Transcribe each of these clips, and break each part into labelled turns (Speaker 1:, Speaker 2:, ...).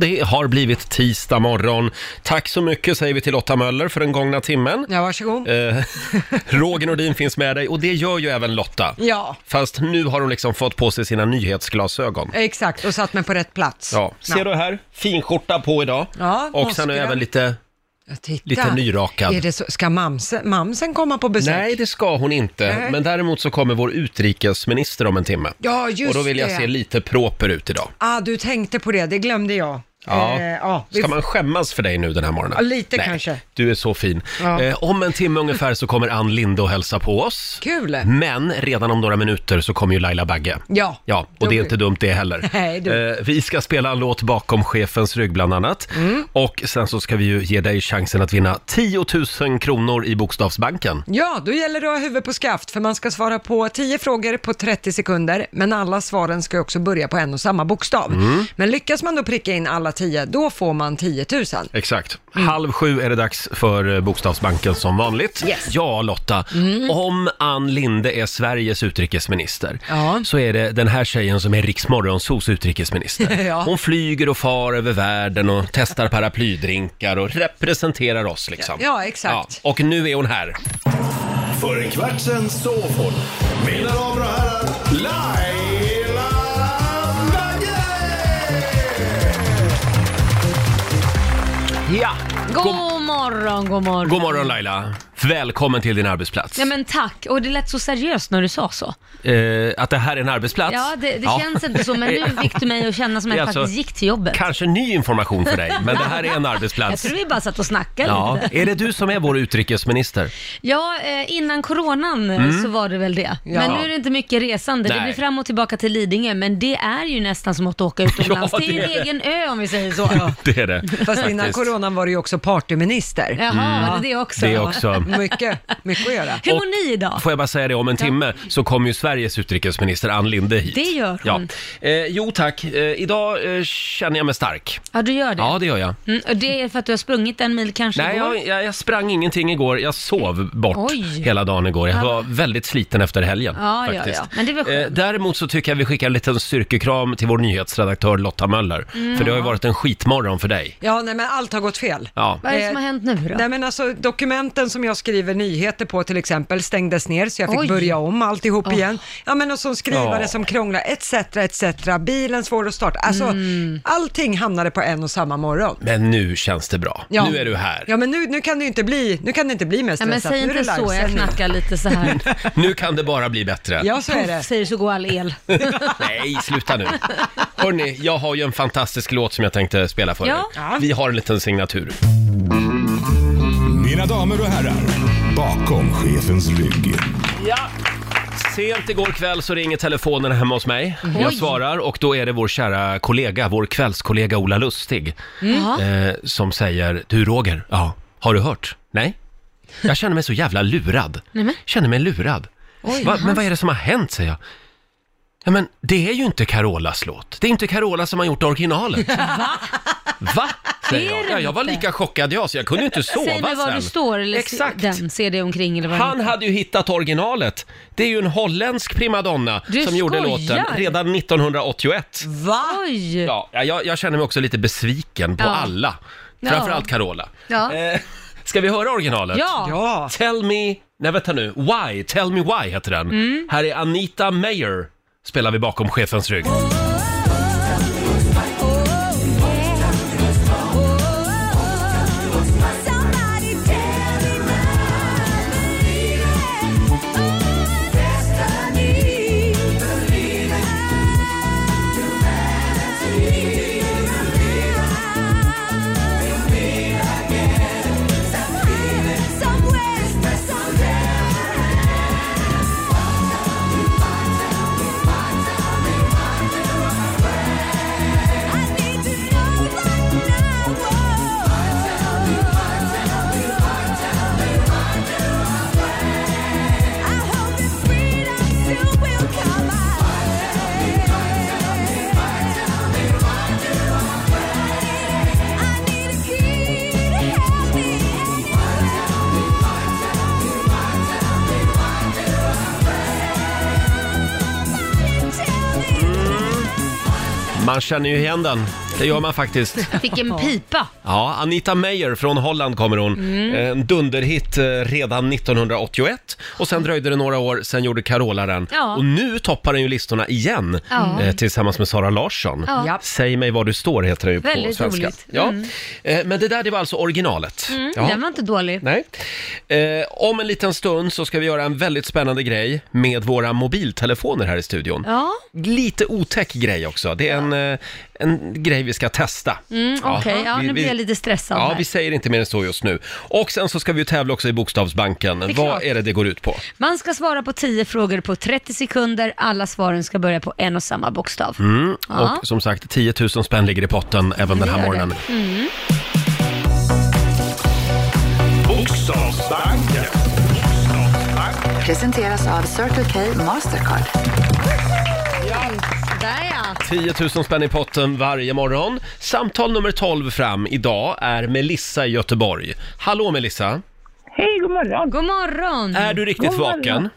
Speaker 1: Det har blivit tisdag morgon. Tack så mycket säger vi till Lotta Möller för den gångna timmen.
Speaker 2: Ja, varsågod.
Speaker 1: Eh, Roger Nordin finns med dig och det gör ju även Lotta.
Speaker 2: Ja,
Speaker 1: Fast nu har hon liksom fått på sig sina nyhetsglasögon.
Speaker 2: exakt. Och satt mig på rätt plats.
Speaker 1: Ja, ser du här? Finskjorta på idag.
Speaker 2: Ja,
Speaker 1: och sen är
Speaker 2: påskgrön.
Speaker 1: även lite...
Speaker 2: Ja, Titta.
Speaker 1: lite nyrakad.
Speaker 2: Är det så, ska mamsen, mamsen komma på besök?
Speaker 1: Nej, det ska hon inte.
Speaker 2: Nej.
Speaker 1: Men däremot så kommer vår utrikesminister om en timme.
Speaker 2: Ja, just
Speaker 1: och då vill jag
Speaker 2: det.
Speaker 1: se lite proper ut idag.
Speaker 2: Ah, du tänkte på det. Det glömde jag.
Speaker 1: Ja.
Speaker 2: Eh, ja, vi
Speaker 1: Ska man skämmas för dig nu den här morgonen?
Speaker 2: Ja, lite kanske.
Speaker 1: Du är så fin.
Speaker 2: Ja.
Speaker 1: Eh, om en timme ungefär så kommer Ann Linde och hälsa på oss.
Speaker 2: Kul.
Speaker 1: Men redan om några minuter så kommer ju Laila Bagge.
Speaker 2: Ja.
Speaker 1: Ja, och det är inte dumt det heller.
Speaker 2: Nej, du.
Speaker 1: Eh, vi ska spela en låt bakom chefens rygg bland annat.
Speaker 2: Mm.
Speaker 1: Och sen så ska vi ju ge dig chansen att vinna 10 000 kronor i Bokstavsbanken.
Speaker 2: Ja, då gäller det att ha huvudet på skaft, för man ska svara på 10 frågor på 30 sekunder, men alla svaren ska ju också börja på en och samma bokstav.
Speaker 1: Mm.
Speaker 2: Men lyckas man då pricka in alla 10, då får man 10 000.
Speaker 1: Exakt. Halv sju är det dags för eh, Bokstavsbanken som vanligt.
Speaker 2: Yes.
Speaker 1: Ja, Lotta.
Speaker 3: Mm.
Speaker 1: Om Ann Linde är Sveriges utrikesminister
Speaker 2: Ja.
Speaker 1: så är det den här tjejen som är Riksmorgonsos utrikesminister.
Speaker 2: Ja.
Speaker 1: Hon flyger och far över världen och testar paraplydrinkar och representerar oss liksom.
Speaker 2: Ja, exakt.
Speaker 1: och nu är hon här.
Speaker 4: För en kvart sen sov hon. Mina damer och herrar, Laila Bagge!
Speaker 1: Ja!
Speaker 3: God morgon, god morgon.
Speaker 1: God morgon Laila. Välkommen till din arbetsplats.
Speaker 3: Ja men tack, och det lät så seriöst när du sa så.
Speaker 1: Eh, att det här är en arbetsplats?
Speaker 3: Ja, det, det känns inte så, men nu fick du mig att känna som att
Speaker 1: Det är
Speaker 3: jag
Speaker 1: alltså-
Speaker 3: faktiskt gick till jobbet.
Speaker 1: Kanske ny information för dig, men det här är en
Speaker 3: Jag
Speaker 1: arbetsplats.
Speaker 3: tror vi bara satt och snackade
Speaker 1: Ja,
Speaker 3: lite.
Speaker 1: är det du som är vår utrikesminister?
Speaker 3: Ja, eh, innan coronan eh, så var det väl det.
Speaker 2: Ja.
Speaker 3: Men nu är det inte mycket resande.
Speaker 1: Mm. Nej.
Speaker 3: Det blir fram och tillbaka till Lidingö, men det är ju nästan som att åka utomlands.
Speaker 1: Ja,
Speaker 3: det är ju
Speaker 1: det
Speaker 3: en
Speaker 1: är det.
Speaker 3: egen ö om vi säger så.
Speaker 1: Det är det.
Speaker 2: Fast innan
Speaker 1: faktiskt.
Speaker 2: coronan var du ju också partyminister.
Speaker 3: Jaha, var det det också?
Speaker 1: Mm. Det också.
Speaker 2: Mycket, mycket att göra.
Speaker 3: Hur
Speaker 1: Och-
Speaker 3: mår ni idag?
Speaker 1: Får jag bara säga det, om en timme så kommer ju Sveriges utrikesminister Ann Linde hit.
Speaker 3: Det gör hon.
Speaker 1: Ja. Eh, jo tack, eh, idag eh, känner jag mig stark.
Speaker 3: Ja, du gör det.
Speaker 1: Ja, det gör jag.
Speaker 3: Mm, och det är för att du har sprungit en mil kanske
Speaker 1: Nej,
Speaker 3: igår?
Speaker 1: jag, jag, jag sprang ingenting igår. Jag sov bort
Speaker 3: Oj.
Speaker 1: hela dagen igår. Jag var väldigt sliten efter helgen.
Speaker 3: Ja, ja,
Speaker 1: faktiskt. Eh,
Speaker 3: ja. Men det var skönt.
Speaker 1: däremot så tycker jag vi skickar en liten styrkekram till vår nyhetsredaktör Lotta Möller. För det har ju varit en skitmorgon för dig.
Speaker 2: Ja, nej men allt har gått fel.
Speaker 1: Ja.
Speaker 3: Vad är det som
Speaker 2: Eh,
Speaker 3: har hänt nu då?
Speaker 2: Nej men alltså dokumenten som jag skriver nyheter på till exempel stängdes ner så jag fick
Speaker 3: Oj.
Speaker 2: börja om alltihop
Speaker 3: Oh.
Speaker 2: igen. Ja men och som skrivare
Speaker 1: Ja.
Speaker 2: som krånglar etc, etc, bilen svår att starta. Alltså
Speaker 3: Mm.
Speaker 2: allting hamnade på en och samma morgon.
Speaker 1: Men nu känns det bra.
Speaker 2: Ja.
Speaker 1: Nu är du här.
Speaker 2: Ja men nu, nu kan det ju inte bli, nu kan det inte bli mer
Speaker 3: Ja, men
Speaker 2: stressat.
Speaker 3: säg
Speaker 2: nu är
Speaker 3: inte
Speaker 2: det
Speaker 3: så, jag
Speaker 2: livesändning.
Speaker 3: knackar lite så här.
Speaker 1: Nu kan det bara bli bättre.
Speaker 2: Ja så är det.
Speaker 3: Säger du så går all el.
Speaker 1: Nej, sluta nu. Hörni, jag har ju en fantastisk låt som jag tänkte spela för
Speaker 3: Ja.
Speaker 1: er. Vi har en liten signatur.
Speaker 4: Mina damer och herrar, bakom chefens rygg.
Speaker 1: Sent igår kväll så ringer telefonen hemma hos mig. Jag
Speaker 3: Mhm. Oj.
Speaker 1: svarar och då är det vår kära kollega, vår kvällskollega Ola Lustig,
Speaker 3: Mm. Ja.
Speaker 1: eh, som säger Du Roger, ja. har du hört? Nej? Jag känner mig så jävla lurad.
Speaker 3: Nej, men.
Speaker 1: Känner mig lurad. Va, men vad är det som har hänt, säger jag. Ja, men det är ju inte Carolas låt. Det är inte Carola som har gjort originalet. Va? Va? Säger
Speaker 3: Det är
Speaker 1: jag.
Speaker 3: det
Speaker 1: Ja, jag var
Speaker 3: inte.
Speaker 1: lika chockad jag, så jag kunde ju inte sova
Speaker 3: Säg mig var
Speaker 1: sen.
Speaker 3: du står eller
Speaker 1: Exakt.
Speaker 3: Exakt. den, ser dig omkring eller vad
Speaker 1: Han
Speaker 3: det heter.
Speaker 1: hade ju hittat originalet. Det är ju en holländsk primadonna som
Speaker 3: Du
Speaker 1: gjorde
Speaker 3: skojar.
Speaker 1: låten redan 1981.
Speaker 2: Va?
Speaker 3: Oj!
Speaker 1: Ja, jag, jag känner mig också lite besviken på
Speaker 3: Ja.
Speaker 1: alla.
Speaker 3: Ja.
Speaker 1: Framförallt Carola.
Speaker 3: Ja.
Speaker 1: Eh, ska vi höra originalet?
Speaker 3: Ja.
Speaker 2: Ja.
Speaker 1: Tell me... Nej, vänta nu. Why? Tell me why heter den.
Speaker 3: Mm.
Speaker 1: Här är Anita Mayer. Spelar vi bakom chefens rygg. Man känner ju igen den. Det gör man faktiskt.
Speaker 3: Fick en pipa.
Speaker 1: Ja, Anita Meyer från Holland kommer hon.
Speaker 3: Mm.
Speaker 1: En dunderhit eh, redan 1981 och sen dröjde det några år, sen gjorde Carola den.
Speaker 3: Ja.
Speaker 1: Och nu toppar den ju listorna igen
Speaker 3: Ja.
Speaker 1: eh, tillsammans med Sara Larsson.
Speaker 3: Ja.
Speaker 2: Japp.
Speaker 1: Säg mig var du står heter den ju på
Speaker 3: Väldigt
Speaker 1: svenska.
Speaker 3: roligt.
Speaker 1: Ja.
Speaker 3: Mm.
Speaker 1: Eh, Men det där det var alltså originalet. Ja.
Speaker 3: Mm, den var inte dålig.
Speaker 1: Nej. Eh, om en liten stund så ska vi göra en väldigt spännande grej med våra mobiltelefoner här i studion.
Speaker 3: Ja,
Speaker 1: Lite otäck grej också. Det är en, eh, en grej vi ska testa.
Speaker 3: mm, okej. Ja,
Speaker 1: vi-
Speaker 3: nu blir
Speaker 1: vi-
Speaker 3: jag lite stressad
Speaker 1: Ja,
Speaker 3: här.
Speaker 1: vi säger inte mer än så just nu. Och sen så ska vi ju tävla också i Bokstavsbanken.
Speaker 3: är
Speaker 1: Vad
Speaker 3: klart.
Speaker 1: är det det går ut på?
Speaker 3: Man ska svara på 10 frågor på 30 sekunder. Alla svaren ska börja på en och samma bokstav. Ja.
Speaker 1: Och som sagt, 10 000 spänn ligger i potten även den här
Speaker 3: gör det.
Speaker 1: morgonen.
Speaker 4: Bokstavsbanken.
Speaker 5: Presenteras av Circle K Mastercard.
Speaker 1: 10 000 spänn i potten varje morgon. Samtal nummer 12 fram idag är Melissa i Göteborg. Hallå Melissa!
Speaker 6: Hej, god morgon.
Speaker 3: God morgon!
Speaker 1: Är du riktigt
Speaker 6: God morgon.
Speaker 1: vaken?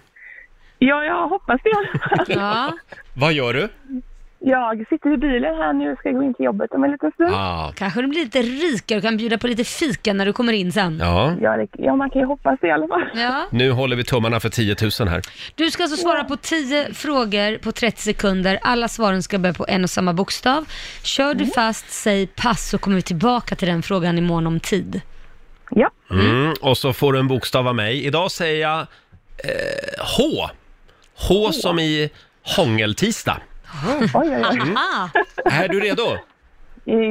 Speaker 6: Ja, jag hoppas det i alla fall.
Speaker 3: Ja,
Speaker 1: Vad gör du?
Speaker 6: Jag sitter i bilen här nu och ska gå in till jobbet om en liten stund.
Speaker 1: Ah,
Speaker 3: kanske du blir lite rikare och kan bjuda på lite fika när du kommer in sen.
Speaker 1: ja.
Speaker 6: Ja, det, ja, man kan ju hoppas det i alla fall.
Speaker 3: Ja.
Speaker 1: Nu håller vi tummarna för 10 000 här.
Speaker 3: Du ska alltså svara på 10 frågor på 30 sekunder. Alla svaren ska börja på en och samma bokstav. Kör du fast, säg pass så kommer vi tillbaka till den frågan i mån om tid.
Speaker 6: Ja,
Speaker 1: Mm. Och så får du en bokstav av mig. Idag säger jag eh, H. H som i hångeltisdag.
Speaker 6: oj, oj, oj.
Speaker 3: Ah,
Speaker 1: Är du redo?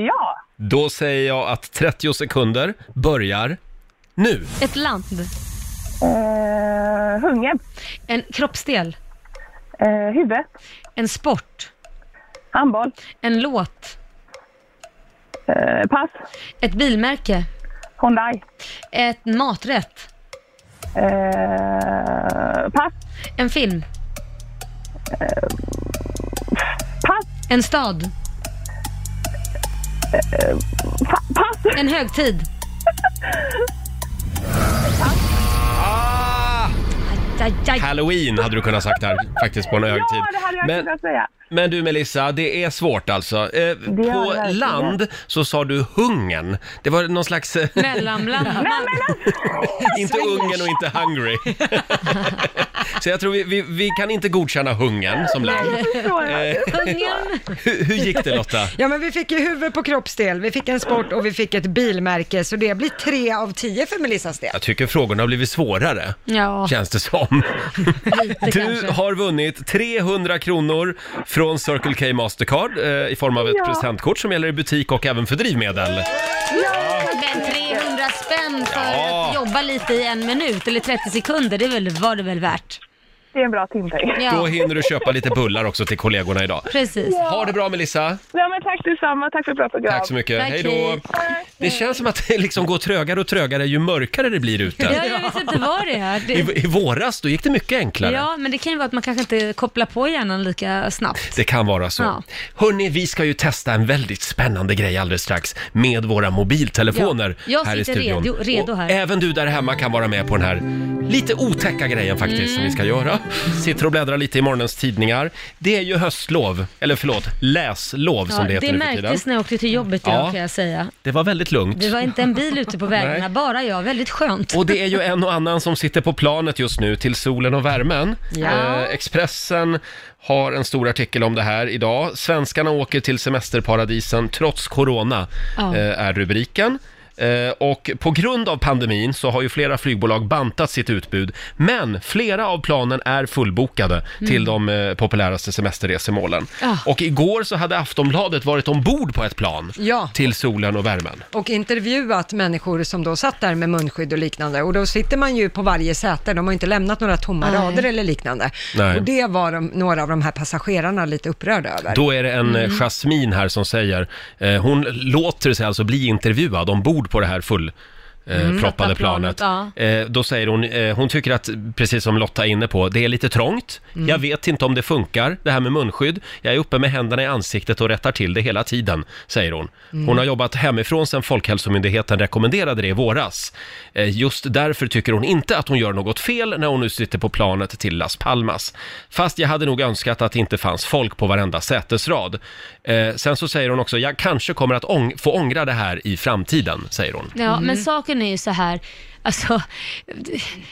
Speaker 6: Ja,
Speaker 1: Då säger jag att 30 sekunder börjar nu.
Speaker 3: ett land,
Speaker 6: eh, hungern,
Speaker 3: en kroppsdel,
Speaker 6: eh, huvudet,
Speaker 3: en sport,
Speaker 6: handboll,
Speaker 3: en låt,
Speaker 6: eh, pass,
Speaker 3: ett bilmärke,
Speaker 6: Hyundai,
Speaker 3: ett maträtt,
Speaker 6: eh, pass,
Speaker 3: en film,
Speaker 6: pass,
Speaker 3: en stad,
Speaker 6: pa, pass.
Speaker 3: en högtid.
Speaker 1: Ah!
Speaker 3: Aj, aj.
Speaker 1: Halloween hade du kunnat sagt där, faktiskt på en högtid.
Speaker 6: Ja, det hade jag
Speaker 1: Men,
Speaker 6: kunnat säga.
Speaker 1: men du Melissa, det är svårt alltså. Eh,
Speaker 6: det
Speaker 1: på
Speaker 6: verkligen.
Speaker 1: land så sa du hungern. Det var någon slags... eh,
Speaker 3: Mellanland.
Speaker 1: inte ungen och inte hungry. så jag tror vi, vi, vi kan inte godkänna hungern som land.
Speaker 6: Förstår jag.
Speaker 1: Eh.
Speaker 3: Ungern.
Speaker 1: Hur, hur gick det Lotta?
Speaker 2: Ja, men vi fick ju huvud på kroppsdel, vi fick en sport och vi fick ett bilmärke, så det blir tre av tio för Melissas del.
Speaker 1: Jag tycker frågorna har blivit svårare.
Speaker 3: Ja,
Speaker 1: Känns det som.
Speaker 3: lite
Speaker 1: Du
Speaker 3: kanske.
Speaker 1: har vunnit 300 kronor från Circle K Mastercard eh, i form av ett
Speaker 6: Ja.
Speaker 1: presentkort som gäller i butik och även för drivmedel.
Speaker 3: Men 300 spänn för
Speaker 1: Ja.
Speaker 3: att jobba lite i en minut eller 30 sekunder, det är väl, var det väl värt?
Speaker 6: Det är en bra timpeng.
Speaker 1: Då
Speaker 3: Ja,
Speaker 1: hinner du köpa lite bullar också till kollegorna idag.
Speaker 3: precis.
Speaker 1: Ha det bra Melissa!
Speaker 6: Ja, men tack detsamma. Tack för ett bra program.
Speaker 1: Tack så mycket,
Speaker 3: Tack,
Speaker 1: hej då!
Speaker 3: hej.
Speaker 1: Det känns som att det liksom går trögare och trögare ju mörkare det blir ute.
Speaker 3: Ja, jag vet inte vad det är.
Speaker 1: I,
Speaker 3: Det,
Speaker 1: I våras då gick det mycket enklare.
Speaker 3: ja, men det kan ju vara att man kanske inte kopplar på hjärnan lika snabbt.
Speaker 1: Det kan vara så.
Speaker 3: Ja.
Speaker 1: Hörni, vi ska ju testa en väldigt spännande grej alldeles strax med våra mobiltelefoner
Speaker 3: Ja, jag
Speaker 1: här i
Speaker 3: sitter
Speaker 1: studion.
Speaker 3: redo- redo
Speaker 1: Och
Speaker 3: här.
Speaker 1: även du där hemma kan vara med på den här lite otäcka grejen faktiskt som
Speaker 3: Mm.
Speaker 1: vi ska göra. Sitter och bläddrar lite i morgonens tidningar. Det är ju höstlov, eller förlåt, läslov
Speaker 3: Ja,
Speaker 1: som det heter
Speaker 3: det
Speaker 1: nu för tiden.
Speaker 3: märktes när jag åkte till jobbet idag
Speaker 1: Ja.
Speaker 3: kan jag säga.
Speaker 1: Det var väldigt lugnt.
Speaker 3: Det var inte en bil ute på vägarna, bara jag. Väldigt skönt.
Speaker 1: Och det är ju en och annan som sitter på planet just nu till solen och värmen.
Speaker 3: Ja.
Speaker 1: Eh, Expressen har en stor artikel om det här idag. Svenskarna åker till semesterparadisen trots corona,
Speaker 3: Ja.
Speaker 1: eh, är rubriken. Eh, Och på grund av pandemin så har ju flera flygbolag bantat sitt utbud, men flera av planen är fullbokade
Speaker 3: Mm.
Speaker 1: till de eh, populäraste semesterresemålen.
Speaker 3: Ja.
Speaker 1: Och igår så hade Aftonbladet varit ombord på ett plan
Speaker 2: Ja.
Speaker 1: till solen och värmen.
Speaker 2: och intervjuat människor som då satt där med munskydd och liknande. Och då sitter man ju på varje säte, de har inte lämnat några tomma
Speaker 3: Nej.
Speaker 2: rader eller liknande.
Speaker 1: Nej.
Speaker 2: Och det var de, några av de här passagerarna lite upprörda över.
Speaker 1: Då är det en mm. eh, Jasmine här som säger, eh, hon låter sig alltså bli intervjuad ombord på det här full eh, proppade
Speaker 3: Proppade
Speaker 1: planet.
Speaker 3: planet,
Speaker 1: Eh, då säger hon, eh, hon tycker att, precis som Lotta är inne på, det är lite trångt. Jag vet inte om det funkar, det här med munskydd. Jag är uppe med händerna i ansiktet och rättar till det hela tiden, säger hon. Hon har jobbat hemifrån sedan Folkhälsomyndigheten rekommenderade det i våras. Eh, just därför tycker hon inte att hon gör något fel när hon nu sitter på planet till Las Palmas. Fast jag hade nog önskat att det inte fanns folk på varenda sätesrad. Eh, sen så säger hon också, jag kanske kommer att ång- få ångra det här i framtiden, säger hon.
Speaker 3: Ja, men saken är ju så här. Alltså,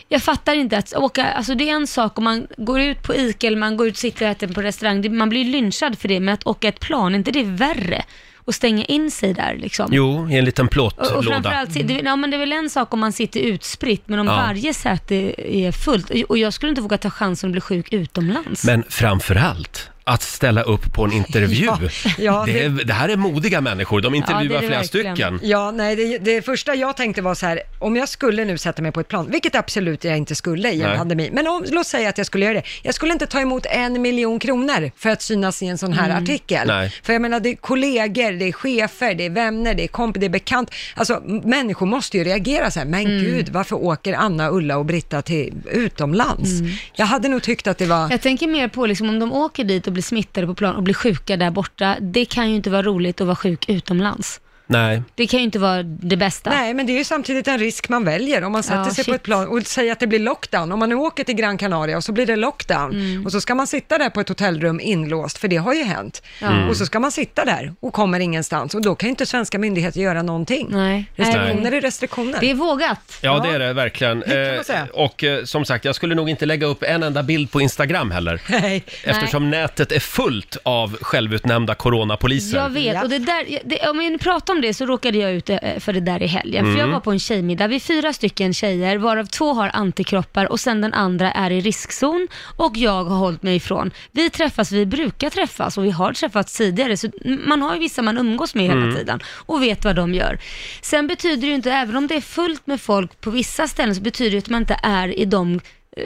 Speaker 3: jag fattar inte att åka, alltså det är en sak om man går ut på ICA eller man går ut och sitter och äter på restaurang, det- man blir lynchad för det, men att åka ett plan, är inte det värre? Och stänga in sig där liksom.
Speaker 1: Jo, i en liten
Speaker 3: Och, och
Speaker 1: plåtlåda.
Speaker 3: framförallt, si- det, ja, men det är väl en sak om man sitter utspritt, men om
Speaker 1: Ja.
Speaker 3: varje säte är fullt, och jag skulle inte våga ta chansen att bli sjuk utomlands.
Speaker 1: Men framförallt, att ställa upp på en intervju.
Speaker 2: Ja, ja,
Speaker 1: det... är, det här är modiga människor, de intervjuar
Speaker 3: Ja, det är det
Speaker 1: flera
Speaker 3: verkligen.
Speaker 1: stycken.
Speaker 2: Ja, nej, det, det första jag tänkte var så här, om jag skulle nu sätta mig på ett plan, vilket absolut jag inte skulle i en
Speaker 1: Nej.
Speaker 2: pandemi, men om, låt säga att jag skulle göra det. Jag skulle inte ta emot en miljon kronor för att synas i en sån här artikel.
Speaker 1: Nej.
Speaker 2: För jag menar, det är kollegor, det är chefer, det är vänner, det är kompisar, det är bekant. Alltså, m- människor måste ju reagera så här, men gud, varför åker Anna, Ulla och Britta till utomlands? Jag hade nog tyckt att det var...
Speaker 3: Jag tänker mer på liksom, om de åker dit och blir smittade på plan och blir sjuka där borta, det kan ju inte vara roligt att vara sjuk utomlands.
Speaker 1: Nej,
Speaker 3: Det kan ju inte vara det bästa.
Speaker 2: Nej, men det är ju samtidigt en risk man väljer om man sätter
Speaker 3: Ja,
Speaker 2: sig på
Speaker 3: shit.
Speaker 2: ett plan och säger att det blir lockdown. Om man nu åker till Gran Canaria och så blir det lockdown
Speaker 3: Mm.
Speaker 2: och så ska man sitta där på ett hotellrum inlåst, för det har ju hänt.
Speaker 1: Mm.
Speaker 2: Och så ska man sitta där och kommer ingenstans och då kan ju inte svenska myndigheter göra någonting.
Speaker 3: Nej.
Speaker 2: Restriktioner
Speaker 3: Nej.
Speaker 2: är restriktioner.
Speaker 3: Det är vågat.
Speaker 1: ja det är det verkligen.
Speaker 2: kan man säga.
Speaker 1: Eh, och eh, som sagt, jag skulle nog inte lägga upp en enda bild på Instagram heller.
Speaker 2: Nej.
Speaker 1: Eftersom nätet är fullt av självutnämnda coronapoliser.
Speaker 3: Jag vet,
Speaker 2: Ja.
Speaker 3: och det där, det, om vi pratar om det så råkade jag ut eh, för det där i helgen. För jag var på en tjejmiddag, vi är fyra stycken tjejer, varav två har antikroppar och sen den andra är i riskzon och jag har hållit mig ifrån. Vi träffas, vi brukar träffas och vi har träffats tidigare, så man har ju vissa man umgås med hela tiden och vet vad de gör. Sen betyder det ju inte, även om det är fullt med folk på vissa ställen, så betyder det att man inte är i de eh,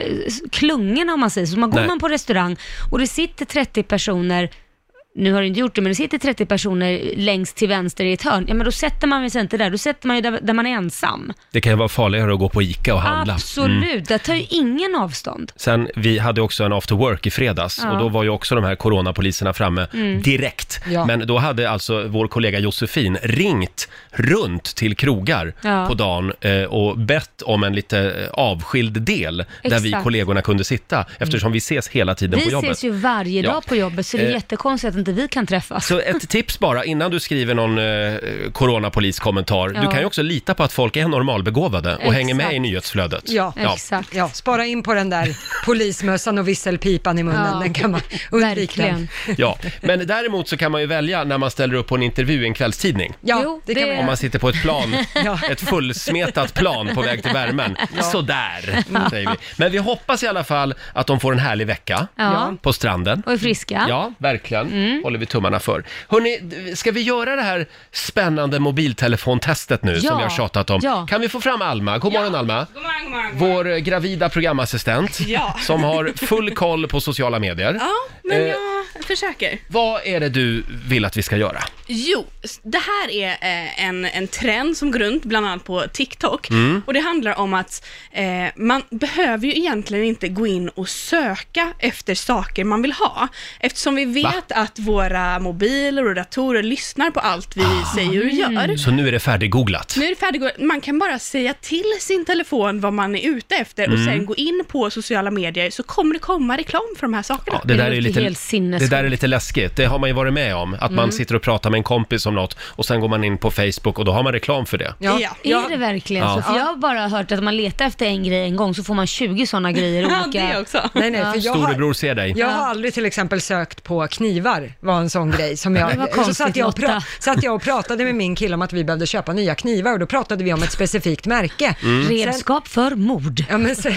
Speaker 3: klungorna om man säger så. Man går
Speaker 1: Nej.
Speaker 3: man på restaurang och det sitter 30 personer nu har du inte gjort det, men det sitter 30 personer längst till vänster i ett hörn, ja men då sätter man sig inte där, då sätter man ju där, där man är ensam.
Speaker 1: Det kan ju vara farligare att gå på ICA och handla. Mm.
Speaker 3: Absolut, där tar ju ingen avstånd.
Speaker 1: Sen, vi hade också en after work i fredags
Speaker 3: Ja. Mm.
Speaker 1: och då var ju också de här coronapoliserna framme direkt.
Speaker 2: Ja.
Speaker 1: Men då hade alltså vår kollega Josefin ringt runt till krogar
Speaker 3: Ja.
Speaker 1: på dagen eh, och bett om en lite eh, avskild del där vi
Speaker 3: Exakt. Mm.
Speaker 1: kollegorna kunde sitta eftersom vi ses hela tiden på
Speaker 3: Vi
Speaker 1: jobbet.
Speaker 3: ses ju varje
Speaker 1: Ja.
Speaker 3: dag på jobbet, så det är
Speaker 1: Eh.
Speaker 3: jättekonstigt att inte vi kan träffas.
Speaker 1: Så ett tips bara innan du skriver någon eh, coronapoliskommentar. Du
Speaker 3: Ja.
Speaker 1: kan ju också lita på att folk är normalbegåvade och
Speaker 3: Exakt.
Speaker 1: hänger med i nyhetsflödet.
Speaker 2: Ja.
Speaker 3: Exakt.
Speaker 2: Ja, spara in på den där polismössan och visselpipan i munnen,
Speaker 3: Ja.
Speaker 2: den kan man undvika.
Speaker 3: Verkligen.
Speaker 1: Ja. Men däremot så kan man ju välja när man ställer upp på en intervju i en kvällstidning.
Speaker 2: Ja,
Speaker 3: Jo,
Speaker 2: det kan
Speaker 3: det-
Speaker 2: man
Speaker 1: Om
Speaker 2: göra.
Speaker 1: man sitter på ett plan,
Speaker 2: Ja.
Speaker 1: ett fullsmetat plan på väg till värmen. Sådär,
Speaker 3: Mm.
Speaker 1: säger vi. Men vi hoppas i alla fall att de får en härlig vecka
Speaker 3: Ja.
Speaker 1: på stranden.
Speaker 3: Och Mm. är friska.
Speaker 1: Ja, verkligen. Håller vi tummarna för. Hörrni, d- ska vi göra det här spännande mobiltelefontestet nu som
Speaker 3: Ja.
Speaker 1: vi har tjatat om?
Speaker 3: Ja.
Speaker 1: Kan vi få fram Alma? God morgon Alma.
Speaker 7: God morgon, god morgon.
Speaker 1: Vår eh, gravida programassistent
Speaker 7: Ja.
Speaker 1: som har full koll på sociala medier.
Speaker 7: Ja, men
Speaker 1: Eh.
Speaker 7: jag försöker.
Speaker 1: Vad är det du vill att vi ska göra?
Speaker 7: Jo, s- det här är eh, en, en trend som går runt, bland annat på TikTok. Och det handlar om att eh, man behöver ju egentligen inte gå in och söka efter saker man vill ha. Eftersom vi vet
Speaker 1: Va?
Speaker 7: att våra mobiler och datorer lyssnar på allt vi säger och gör.
Speaker 1: Så nu är det färdiggooglat.
Speaker 7: Nu är det färdigt. Man kan bara säga till sin telefon vad man är ute efter och sen gå in på sociala medier så kommer det komma reklam för de här sakerna.
Speaker 1: Ja, det, där
Speaker 3: låter
Speaker 1: är lite,
Speaker 3: helt
Speaker 1: det
Speaker 3: sinnessjukt.
Speaker 1: där är lite läskigt. Det har man ju varit med om. Att man sitter och pratar med en kompis om något och sen går man in på Facebook och då har man reklam för det.
Speaker 2: Ja.
Speaker 7: Ja.
Speaker 3: Är det verkligen
Speaker 1: Ja.
Speaker 3: så? För jag har bara hört att om man letar efter en grej en gång så får man 20 sådana grejer
Speaker 7: Ja,
Speaker 3: olika.
Speaker 7: det också.
Speaker 2: Nej, nej, för jag har,
Speaker 1: Storebror ser dig.
Speaker 2: Jag har aldrig till exempel sökt på knivar, var en sån grej som jag...
Speaker 3: Det var
Speaker 2: så
Speaker 3: konstigt,
Speaker 2: satt jag, och pra-
Speaker 3: Lotta.
Speaker 2: satt jag och pratade med min kille om att vi behövde köpa nya knivar och då pratade vi om ett specifikt märke.
Speaker 3: Mm. Redskap för mord.
Speaker 2: Ja, men, sen,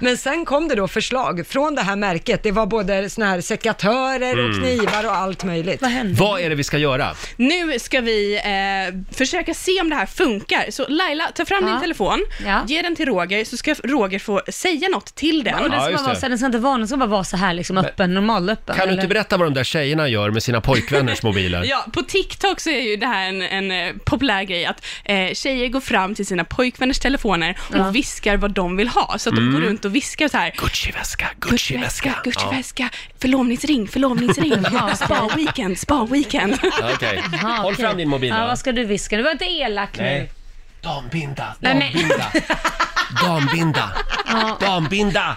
Speaker 2: men sen kom det då förslag från det här märket. Det var både såna här sekatörer
Speaker 3: Mm.
Speaker 2: och knivar och allt möjligt.
Speaker 3: Vad hände?
Speaker 1: Vad är det vi ska göra?
Speaker 7: Nu ska vi eh, försöka se om det här funkar. Så Laila, ta fram
Speaker 3: Ja.
Speaker 7: din telefon,
Speaker 3: Ja.
Speaker 7: ge den till Roger, så ska Roger få säga något till
Speaker 3: Och
Speaker 7: den.
Speaker 3: den,
Speaker 1: Ja,
Speaker 3: ska
Speaker 1: just
Speaker 3: bara vara
Speaker 1: det.
Speaker 3: så här, den ska inte vara, den ska bara vara så här liksom öppen, normalöppen.
Speaker 1: Kan du inte
Speaker 3: eller?
Speaker 1: berätta vad de där tjejerna gör med sina pojkvänners mobiler?
Speaker 7: Ja, på TikTok så är ju det här en, en eh, populär grej att eh, tjejer går fram till sina pojkvänners telefoner och
Speaker 3: Ja.
Speaker 7: viskar vad de vill ha. Så att
Speaker 2: Mm.
Speaker 7: de går runt och viskar så här.
Speaker 1: Gucci-väska, Gucci-väska.
Speaker 7: Gucci-väska, förlovningsring, förlovningsring, spa-weekend, spa-weekend.
Speaker 1: Ja, okej.
Speaker 3: Ja,
Speaker 1: Håll
Speaker 3: okej.
Speaker 1: fram din mobil
Speaker 3: Ja,
Speaker 1: då.
Speaker 3: vad ska du viska? Du var inte elak nu.
Speaker 1: Nej. Dambinda,
Speaker 3: Nej, men-
Speaker 1: dambinda. Dambinda, dambinda.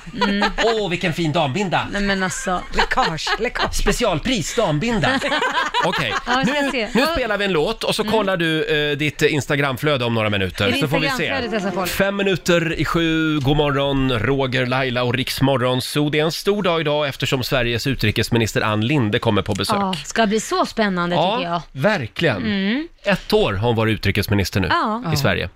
Speaker 1: Åh, vilken fin dambinda.
Speaker 3: Nej men alltså.
Speaker 2: Läckage, läckage.
Speaker 1: Specialpris dambinda. Okej,
Speaker 3: Ja, jag ska
Speaker 1: nu,
Speaker 3: se.
Speaker 1: nu
Speaker 3: Ja. Mm.
Speaker 1: spelar vi en låt och så kollar du eh, ditt Instagramflöde om några minuter.
Speaker 3: Är det
Speaker 1: Så får vi
Speaker 3: Instagramflödet jag ska kolla?
Speaker 1: se. Fem minuter i sju, god morgon Roger, Laila och Riksmorgon. Så det är en stor dag idag eftersom Sveriges utrikesminister Ann Linde kommer på besök.
Speaker 3: Ja, ska bli så spännande tycker jag. Mm.
Speaker 1: verkligen. Ett år har hon varit utrikesminister nu
Speaker 3: Ja.
Speaker 1: i Sverige.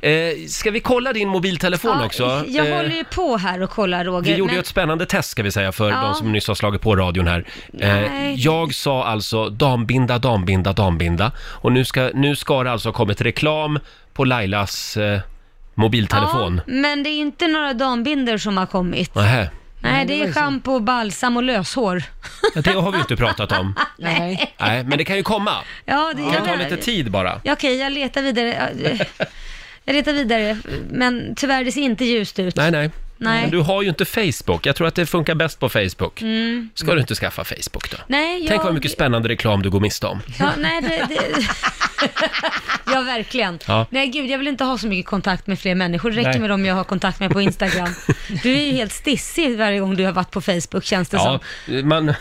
Speaker 1: Eh, ska vi kolla din mobiltelefon
Speaker 3: Ja,
Speaker 1: också?
Speaker 3: Jag
Speaker 1: Eh,
Speaker 3: håller ju på här och kollar Roger.
Speaker 1: vi gjorde ju
Speaker 3: men-
Speaker 1: ett spännande test ska vi säga för
Speaker 3: Ja.
Speaker 1: de som nyss har slagit på radion här. Eh,
Speaker 3: Nej.
Speaker 1: jag sa alltså dambinda, dambinda, dambinda. Och nu ska, nu ska det alltså ha kommit reklam på Lailas eh, mobiltelefon.
Speaker 3: Ja, men det är inte några dambinder som har kommit. Nej,
Speaker 1: Nähä.
Speaker 3: det är schampo, balsam och löshår.
Speaker 1: Ja, Det har vi inte pratat om.
Speaker 2: Nej.
Speaker 1: Nej, men det kan ju komma.
Speaker 3: Ja, det
Speaker 1: Det kan ta lite tid bara.
Speaker 3: Ja, Okej, jag letar vidare. Ja, Jag letar vidare, men tyvärr det ser inte ljust ut.
Speaker 1: Nej, nej.
Speaker 3: Nej.
Speaker 1: Men du har ju inte Facebook. Jag tror att det funkar bäst på Facebook. Ska du inte skaffa Facebook då?
Speaker 3: Mm. Nej, jag...
Speaker 1: Tänk vad mycket spännande reklam du går miste om.
Speaker 3: Ja, nej, det, det... ja verkligen.
Speaker 1: Ja.
Speaker 3: Nej, gud, jag vill inte ha så mycket kontakt med fler människor. Det räcker
Speaker 1: Nej.
Speaker 3: med dem jag har kontakt med på Instagram. Du är ju helt stissig varje gång du har varit på Facebook, känns det som.
Speaker 1: Ja, man,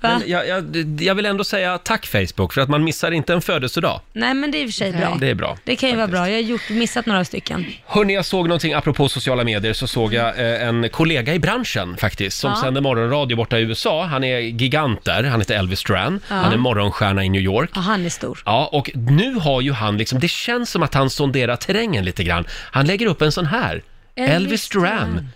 Speaker 1: men jag, jag, jag vill ändå säga tack Facebook för att man missar inte en födelsedag.
Speaker 3: Nej, men det är i och för sig
Speaker 2: Nej.
Speaker 3: bra.
Speaker 1: Det är bra.
Speaker 3: Det kan ju vara bra. Jag har gjort, missat några stycken.
Speaker 1: Hörni, jag såg någonting apropå sociala medier så såg jag eh, en kollega i branschen faktiskt som
Speaker 3: Ja.
Speaker 1: sänder morgonradio borta i USA. Han är gigant där. Han heter Elvis Duran. Han är morgonstjärna i New York.
Speaker 3: Ja, han är stor.
Speaker 1: Ja, och nu har ju han liksom, det känns som att han sonderar terrängen lite grann. Han lägger upp en sån här. Elvis,
Speaker 3: Elvis
Speaker 1: Duran.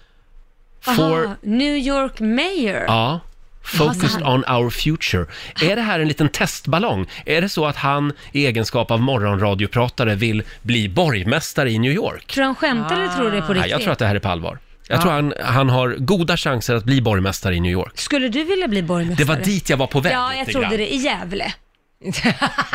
Speaker 1: For,
Speaker 3: Aha, New York Mayor.
Speaker 1: ja, Focused
Speaker 3: Jaha, så
Speaker 1: on our future. Är det här en liten testballong? Är det så att han i egenskap av morgonradiopratare vill bli borgmästare i New York?
Speaker 3: Tror du han skämtar eller tror du det är på riktigt?
Speaker 1: Ah. Nej, jag tror att det här är på allvar. Jag tror han, han har goda chanser att bli borgmästare i New York.
Speaker 3: Skulle du vilja bli
Speaker 1: Det
Speaker 3: borgmästare?
Speaker 1: var dit jag var på väg
Speaker 3: Alltså, Ja,
Speaker 1: lite
Speaker 3: jag trodde
Speaker 1: grann.
Speaker 3: det. I Gävle.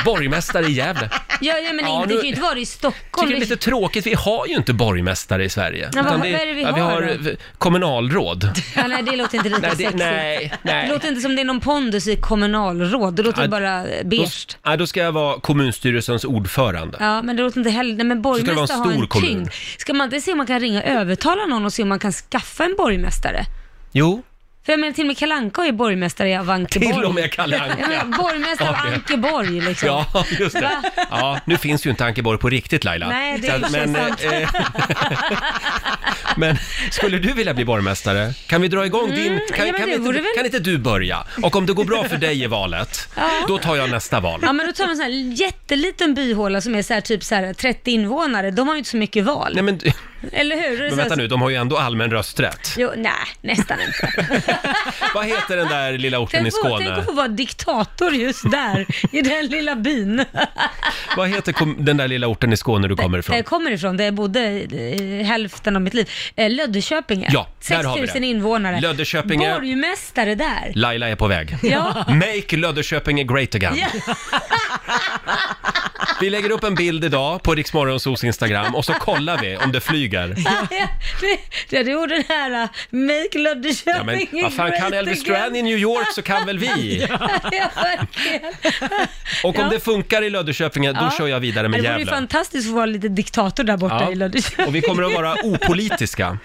Speaker 1: Borgmästare i Gävle.
Speaker 3: Ja, ja men
Speaker 1: Ja,
Speaker 3: inte,
Speaker 1: nu-
Speaker 3: det kan ju inte vara i Stockholm.
Speaker 1: tycker det är lite tråkigt, vi har ju inte borgmästare i Sverige.
Speaker 3: Nej, vad-
Speaker 1: Utan
Speaker 3: vad är det vi
Speaker 1: ja, vi
Speaker 3: har
Speaker 1: har
Speaker 3: då?
Speaker 1: eh, kommunalråd.
Speaker 3: ja, nej, det låter inte lika
Speaker 1: Nej, det,
Speaker 3: sexigt.
Speaker 1: nej,
Speaker 3: Det
Speaker 1: nej.
Speaker 3: låter inte som det är någon pondus i kommunalråd. Det låter
Speaker 1: Ja,
Speaker 3: bara eh,
Speaker 1: Då,
Speaker 3: beige.
Speaker 1: nej, då ska jag vara kommunstyrelsens ordförande.
Speaker 3: Ja, men det låter inte heller... Nej, men
Speaker 1: ska det vara en
Speaker 3: borgmästare har
Speaker 1: stor
Speaker 3: en
Speaker 1: kommun.
Speaker 3: tyngd. Ska man inte se om man kan ringa och övertala någon och se om man kan skaffa en borgmästare?
Speaker 1: Jo,
Speaker 3: För jag menar, till och med Kalle Anka är borgmästare av Ankeborg.
Speaker 1: till och med Kalle Anka.
Speaker 3: Jag menar, borgmästare av
Speaker 1: Ja, det-
Speaker 3: Ankeborg liksom.
Speaker 1: Ja, just det. Ja, nu finns ju inte Ankeborg på riktigt Laila.
Speaker 3: Nej, det
Speaker 1: Så
Speaker 3: är
Speaker 1: att-
Speaker 3: i och för sig
Speaker 1: men,
Speaker 3: sant.
Speaker 1: eh, men skulle du vilja bli borgmästare? Kan vi dra igång din... Kan,
Speaker 3: Mm, ja, men
Speaker 1: kan,
Speaker 3: det
Speaker 1: inte,
Speaker 3: vore väl-
Speaker 1: kan inte du börja? Och om det går bra för dig i valet, då tar jag nästa val.
Speaker 3: Ja men då tar man en sån här jätteliten byhåla som är så här, typ så här 30 invånare, de har ju inte så mycket val.
Speaker 1: Nej, men,
Speaker 3: Eller hur?
Speaker 1: men vänta nu, de har ju ändå allmän rösträtt.
Speaker 3: Jo, nej, nästan inte.
Speaker 1: Vad heter den där lilla orten i
Speaker 3: Tänk, på, tänk
Speaker 1: Skåne?
Speaker 3: att få vara diktator just där, i den lilla byn.
Speaker 1: Vad heter kom- den där lilla orten i Skåne du kommer
Speaker 3: Där
Speaker 1: ifrån?
Speaker 3: jag Eh, kommer ifrån, där jag bodde eh, hälften av mitt liv. Eh, Löddeköpinge.
Speaker 1: Ja, där har vi det.
Speaker 3: 6000 invånare.
Speaker 1: Löddeköpinge.
Speaker 3: Borgmästare där.
Speaker 1: Laila är på väg.
Speaker 3: Ja.
Speaker 1: Make Löddeköpinge great again.
Speaker 3: Ja.
Speaker 1: Vi lägger upp en bild idag på Riksmorgonsos Instagram och så kollar vi om det flyger.
Speaker 3: Ja, det, det, det var den här eh, Make
Speaker 1: Ja, men
Speaker 3: Löddeköpinge
Speaker 1: vad fan, kan
Speaker 3: great
Speaker 1: Elvis
Speaker 3: again.
Speaker 1: Duran i New York så kan väl vi?
Speaker 3: Ja, verkligen.
Speaker 1: Och om
Speaker 3: Ja.
Speaker 1: det funkar i Löddeköpinge, då
Speaker 3: Ja.
Speaker 1: kör jag vidare med
Speaker 3: Det vore ju
Speaker 1: Gävle.
Speaker 3: fantastiskt att få vara lite diktator där borta
Speaker 1: Ja.
Speaker 3: i Löddeköpinge.
Speaker 1: Och vi kommer att vara opolitiska.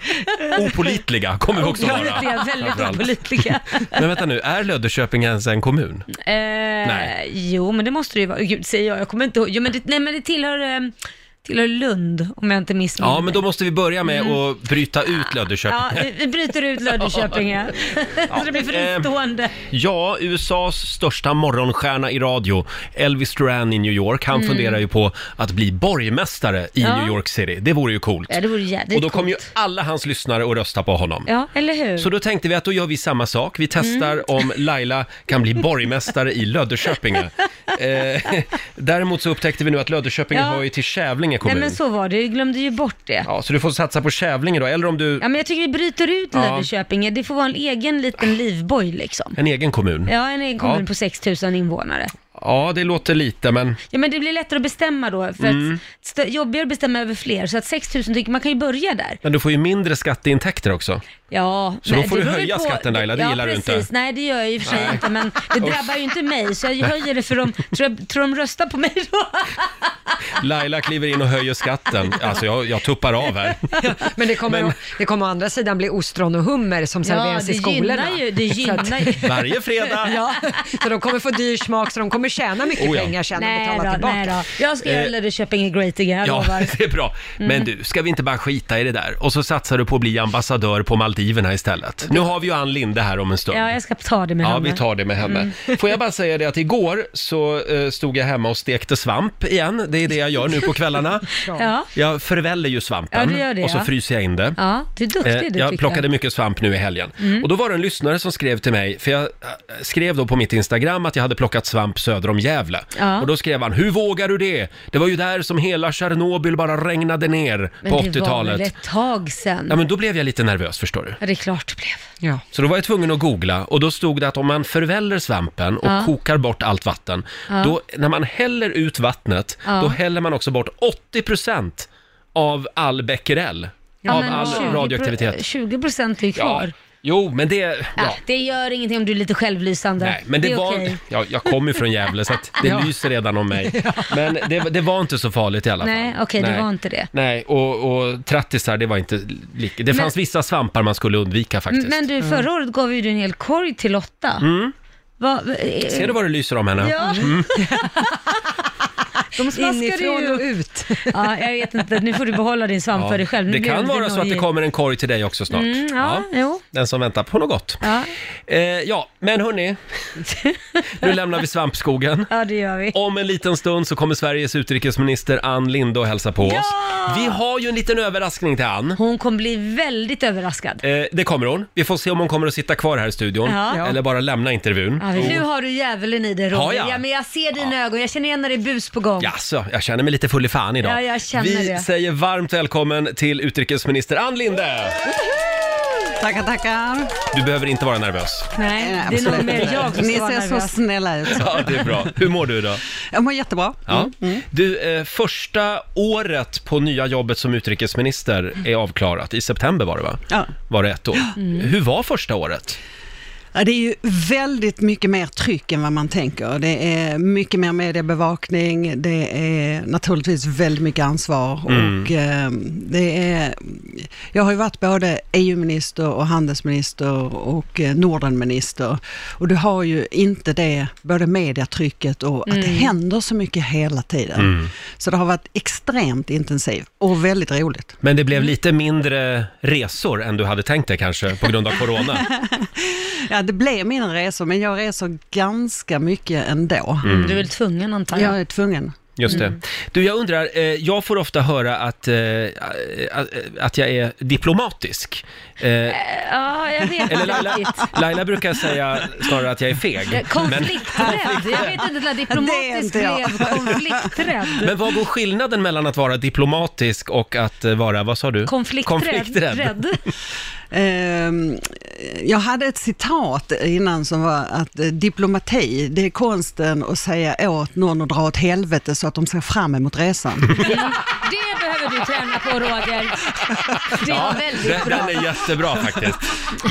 Speaker 1: Opolitliga kommer vi också
Speaker 3: Ja, det
Speaker 1: vara.
Speaker 3: är väldigt
Speaker 1: framförallt.
Speaker 3: opålitliga.
Speaker 1: Men vänta nu, är Löddeköpinge ens en kommun?
Speaker 3: Eh,
Speaker 1: Nej.
Speaker 3: Jo, men det måste det ju vara. Gud, säger jag. Jag kommer inte ihåg. Jo, men det, nej, men det tillhör... Eh, tillhör Lund om jag inte missminner
Speaker 1: Ja, men då
Speaker 3: mig.
Speaker 1: måste vi börja med att bryta ut Löddeköping.
Speaker 3: Mm. Ja, vi- vi bryter ut Löddeköping ja. Så det blir
Speaker 1: Ehm.
Speaker 3: fristående.
Speaker 1: Ja, USAs största morgonstjärna i radio, Elvis Duran i New York, han funderar ju på att bli borgmästare i
Speaker 3: Mm. Ja.
Speaker 1: New York City. Det vore ju coolt.
Speaker 3: Ja, det vore jävligt
Speaker 1: Och då kommer ju
Speaker 3: coolt.
Speaker 1: alla hans lyssnare att rösta på honom.
Speaker 3: Ja, Mm. eller hur?
Speaker 1: Så då tänkte vi att då gör vi samma sak. Vi testar om Laila kan bli borgmästare i Löddeköpinge. Eh, däremot så upptäckte vi nu att Löddeköpinge
Speaker 3: Ja.
Speaker 1: hör ju till Kävlinge
Speaker 3: Nej
Speaker 1: kommun.
Speaker 3: men så var det, jag glömde ju bort det.
Speaker 1: Ja, så du får satsa på Kävlinge då, eller om du...
Speaker 3: Ja men jag tycker vi bryter ut
Speaker 1: Ja.
Speaker 3: Löddeköpinge, det får vara en egen liten livboj liksom.
Speaker 1: En egen kommun. Ja.
Speaker 3: Ja, en egen kommun
Speaker 1: Ja.
Speaker 3: på 6 000 invånare.
Speaker 1: det låter lite, men
Speaker 3: Ja men det blir lättare att bestämma då, för
Speaker 1: Mm.
Speaker 3: att stö- jobbigare att bestämma över fler, så att 6 000 tycker man kan ju börja där.
Speaker 1: men du får ju mindre skatteintäkter också.
Speaker 3: Ja,
Speaker 1: Så
Speaker 3: men
Speaker 1: då får
Speaker 3: det
Speaker 1: du
Speaker 3: beror
Speaker 1: höja
Speaker 3: på-
Speaker 1: skatten, Laila, det
Speaker 3: ja,
Speaker 1: gillar du
Speaker 3: precis.
Speaker 1: inte.
Speaker 3: Nej, det gör jag i och för sig inte, men det drabbar ju inte mig, så jag höjer det för de, tror, jag, tror de röstar på mig då?
Speaker 1: Laila kliver in och höjer skatten. Alltså, jag, jag tuppar av här.
Speaker 2: Men det kommer,
Speaker 1: Men-
Speaker 2: å- det kommer å andra sidan bli ostron och hummer som serveras
Speaker 3: det
Speaker 2: i skolorna.
Speaker 3: gynnar ju, det
Speaker 2: Så att-
Speaker 3: gynnar ju.
Speaker 1: Varje fredag!
Speaker 2: Ja, så de kommer få dyr smak så de kommer tjäna mycket
Speaker 1: Oh ja.
Speaker 2: pengar sen och
Speaker 3: Nej
Speaker 2: betala
Speaker 3: då,
Speaker 2: tillbaka.
Speaker 3: nej då. Jag ska göra
Speaker 1: Eh,
Speaker 3: Löddeköping great igen, jag
Speaker 1: Ja,
Speaker 3: lovar. Mm.
Speaker 1: det är bra. Men du, ska vi inte bara skita i det där? Och så satsar du på att bli ambassadör på Maldiverna istället. Nu har vi ju Ann Linde här om en stund.
Speaker 3: Ja, jag Mm. ska ta det med
Speaker 1: Ja,
Speaker 3: henne.
Speaker 1: vi tar det med henne. Får jag bara säga det att igår så eh, stod jag hemma och stekte svamp igen. Det är det jag gör nu på kvällarna.
Speaker 3: Ja.
Speaker 1: Jag förväller ju svampen
Speaker 3: Ja, du gör det,
Speaker 1: och så
Speaker 3: ja.
Speaker 1: fryser jag in det.
Speaker 3: Ja, du är
Speaker 1: Eh,
Speaker 3: duktig du Mm. tycker
Speaker 1: jag plockade mycket svamp nu i helgen. Och då var det en lyssnare som skrev till mig, för jag eh, skrev då på mitt Instagram att jag hade plockat svamp söder om Gävle.
Speaker 3: Ja.
Speaker 1: Och då skrev han, hur vågar du det? Det var ju där som hela Tjernobyl bara regnade ner
Speaker 3: Men
Speaker 1: på
Speaker 3: det var väl
Speaker 1: 80-talet.
Speaker 3: ett tag sedan?
Speaker 1: Ja, men då blev jag lite nervös förstår du.
Speaker 3: Ja, det är klart det blev.
Speaker 2: Ja.
Speaker 1: Så då var jag tvungen att googla och då stod det att om man förväller svampen och
Speaker 3: Ja.
Speaker 1: kokar bort allt vatten, då, när man häller ut vattnet,
Speaker 3: Ja.
Speaker 1: då häller man också bort 80% av all becquerel,
Speaker 3: Ja,
Speaker 1: av
Speaker 3: men
Speaker 1: all
Speaker 3: 20
Speaker 1: radioaktivitet.
Speaker 3: 20 procent är ju
Speaker 1: Ja,
Speaker 3: kvar.
Speaker 1: jo, men det... Ja.
Speaker 3: Ja. det gör ingenting om du är lite självlysande.
Speaker 1: Nej, men det,
Speaker 3: är
Speaker 1: var...
Speaker 3: okej.
Speaker 1: Ja, jag kommer ju från Gävle så att det lyser redan om mig. Men det, det var inte så farligt i alla fall.
Speaker 3: Nej, okej, det var inte det.
Speaker 1: Nej, och, och trattisar, det var inte... Li... Det fanns vissa svampar man skulle undvika faktiskt.
Speaker 3: Mm, Men du, förra året gav ju du en hel korg till Lotta. Va, eh,
Speaker 1: Mm. Ser du Mm. vad det lyser om henne?
Speaker 3: Ja. De smaskade
Speaker 2: Inifrån och
Speaker 3: ju...
Speaker 2: ut.
Speaker 3: Ja, jag vet inte, nu får du behålla din svamp
Speaker 1: Ja,
Speaker 3: för dig själv. Nu
Speaker 1: det
Speaker 3: blev
Speaker 1: kan vara så att det
Speaker 3: nojig.
Speaker 1: kommer en korg till dig också snart.
Speaker 3: Mm, ja, jo.
Speaker 1: Den som väntar på något gott.
Speaker 3: Ja.
Speaker 1: Eh, ja, men hörni, nu lämnar vi svampskogen.
Speaker 3: ja, det gör vi.
Speaker 1: Om en liten stund så kommer Sveriges utrikesminister Ann Linde och hälsa på oss. Vi har ju en liten överraskning till Ann.
Speaker 3: Hon kommer bli väldigt överraskad.
Speaker 1: Eh, det kommer hon. Vi får se om hon kommer att sitta kvar här i studion.
Speaker 3: Ja.
Speaker 1: Eller bara lämna intervjun.
Speaker 3: Ja, nu har du djävulen i dig
Speaker 1: Har
Speaker 3: Roger.
Speaker 1: jag?
Speaker 3: Ja, men jag ser dina ögon, jag känner igen när det är bus på gång.
Speaker 1: Jaså, jag känner mig lite full i fan idag.
Speaker 3: Ja, jag känner
Speaker 1: Vi
Speaker 3: det.
Speaker 1: säger varmt välkommen till utrikesminister Ann Linde!
Speaker 8: Tackar, tackar.
Speaker 1: Du behöver inte vara nervös.
Speaker 3: Nej, det är nog mer jag som
Speaker 8: Ni
Speaker 3: ska vara
Speaker 8: ser så
Speaker 3: nervös.
Speaker 8: snälla ut.
Speaker 1: Ja, det är bra. Mm. Hur mår du idag?
Speaker 8: Jag mår jättebra.
Speaker 1: Ja. Du, eh, första året på nya jobbet som utrikesminister är avklarat. I september var det va?
Speaker 8: Ja.
Speaker 1: Var det ett år.
Speaker 3: Mm.
Speaker 1: Hur var första året?
Speaker 8: Ja, det är ju väldigt mycket mer tryck än vad man tänker. Det är mycket mer mediebevakning, det är naturligtvis väldigt mycket ansvar och eh, det är... Jag har ju varit både EU-minister och handelsminister och eh, Nordenminister och du har ju inte det, både mediatrycket och att det
Speaker 3: Mm.
Speaker 8: händer så mycket hela tiden. Så det har varit extremt intensivt och väldigt roligt.
Speaker 1: Men det
Speaker 3: Mm.
Speaker 1: blev lite mindre resor än du hade tänkt dig kanske på grund av corona.
Speaker 3: Mm.
Speaker 8: Ja, det blev mina resor, men jag reser ganska mycket ändå.
Speaker 1: Mm.
Speaker 3: Du är väl tvungen antar jag.
Speaker 8: Jag är tvungen.
Speaker 1: Just det. Du, jag undrar, eh, jag får ofta höra att, eh, att, att jag är diplomatisk. Eh,
Speaker 3: Ja, jag vet
Speaker 1: eller
Speaker 3: inte
Speaker 1: Laila,
Speaker 3: riktigt.
Speaker 1: Laila brukar säga snarare att jag är
Speaker 3: Eh,
Speaker 1: feg.
Speaker 3: Konflikträdd. Jag vet inte, det
Speaker 8: Det är
Speaker 3: diplomatiskt
Speaker 8: inte jag.
Speaker 3: blev konflikträdd.
Speaker 1: Men vad går skillnaden mellan att vara diplomatisk och att eh, vara, vad sa du?
Speaker 3: Konflikträdd. Rädd.
Speaker 8: Ehm, Jag hade ett citat innan som var att eh, diplomati, det är
Speaker 3: Mm.
Speaker 8: konsten att säga åt någon att dra åt helvete så att de ser fram emot resan.
Speaker 3: Det behöver behöver du träna på Roger. Det var väldigt
Speaker 1: den,
Speaker 3: bra.
Speaker 1: den är jättebra faktiskt.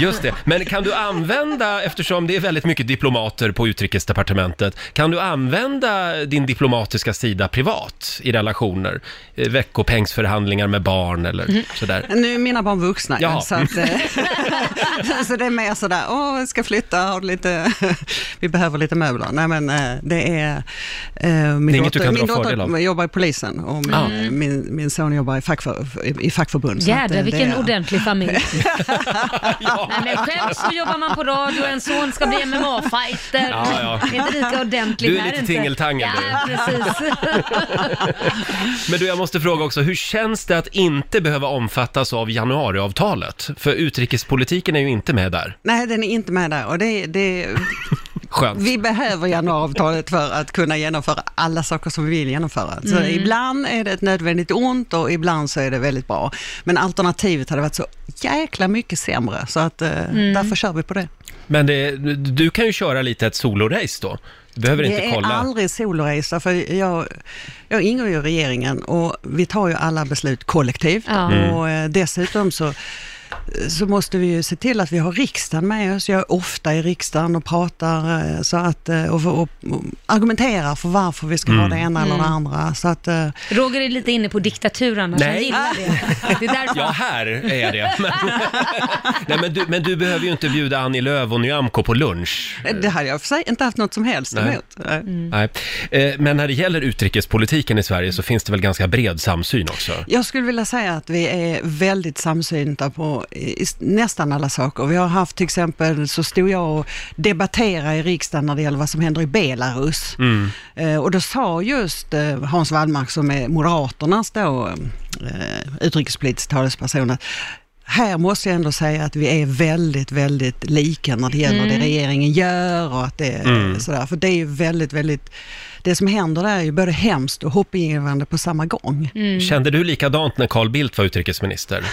Speaker 1: Just det. Men kan du använda, eftersom det är väldigt mycket diplomater på utrikesdepartementet, kan du använda din diplomatiska sida privat i relationer? Eh, Veckopengsförhandlingar med barn eller sådär?
Speaker 2: Nu är mina barn vuxna ju,
Speaker 1: Jaha.
Speaker 2: Mm. så, att, eh, så det är mer sådär, åh, vi ska flytta, har du lite, vi behöver lite möbler. Nej men eh, det är, eh, min
Speaker 1: Det är inget du
Speaker 2: dotter,
Speaker 1: kan dra
Speaker 2: min
Speaker 1: fördel av.
Speaker 2: dotter jobbar i polisen och min, min, min son jobbar i, fackför, i, i fackförbund. så att, eh,
Speaker 3: Jädrar vilken
Speaker 2: det är-
Speaker 3: ordentlig familj.
Speaker 1: Ja.
Speaker 3: Nej, men själv så jobbar man på radio, en son ska bli MMA-fighter.
Speaker 1: Ja, ja.
Speaker 3: Det är Inte lika ordentligt
Speaker 1: Du är
Speaker 3: här,
Speaker 1: lite
Speaker 3: inte.
Speaker 1: tingeltangel,
Speaker 3: Ja,
Speaker 1: du.
Speaker 3: precis.
Speaker 1: Men du, jag måste fråga också, hur känns det att inte behöva omfattas av januariavtalet? För utrikespolitiken är ju inte med där.
Speaker 2: Nej, den är inte med där och det, det,
Speaker 1: Skönt.
Speaker 2: vi behöver januariavtalet för att kunna genomföra alla saker som vi vill genomföra. Så ibland är det ett nödvändigt ont och ibland så är det väldigt bra. Men alternativet hade varit så jäkla mycket sämre så att eh, därför kör vi på det.
Speaker 1: Men det, du kan ju köra lite ett solorace då. Du behöver
Speaker 2: det
Speaker 1: inte
Speaker 2: är
Speaker 1: kolla.
Speaker 2: aldrig soloresa, för jag, jag ingår ju i regeringen och vi tar ju alla beslut kollektivt.
Speaker 3: Ja.
Speaker 1: Mm.
Speaker 2: Och eh, dessutom så, så måste vi ju se till att vi har riksdagen med oss. Jag är ofta i riksdagen och pratar eh, så att, eh, och, och, och argumenterar för varför vi ska ha det ena eller det andra. Så att, eh,
Speaker 3: Roger är lite inne på diktatur annars, han
Speaker 1: Nej.
Speaker 3: gillar det. Det är därför
Speaker 1: Ja, här är det. Men, nej, men, du, men du behöver ju inte bjuda Annie Lööf och Nyamko på lunch.
Speaker 2: det hade jag för sig inte haft något som helst
Speaker 1: Nej.
Speaker 2: emot. Eh,
Speaker 1: Nej. Eh, Men när det gäller utrikespolitiken i Sverige så finns det väl ganska bred samsyn också?
Speaker 2: Jag skulle vilja säga att vi är väldigt samsynta på i- i nästan alla saker. Vi har haft till exempel, så stod jag och debatterade i riksdagen när det gäller vad som händer i Belarus. Eh, och då sa just eh, Hans Wallmark som är Moderaternas då, eh, utrikespolitisk talesperson, att här måste jag ändå säga att vi är väldigt, väldigt lika när det gäller det regeringen gör och att det sådär. För det är ju väldigt, väldigt, det som händer där är ju både hemskt och hoppingivande på samma gång.
Speaker 1: Kände du likadant när Carl Bildt var utrikesminister?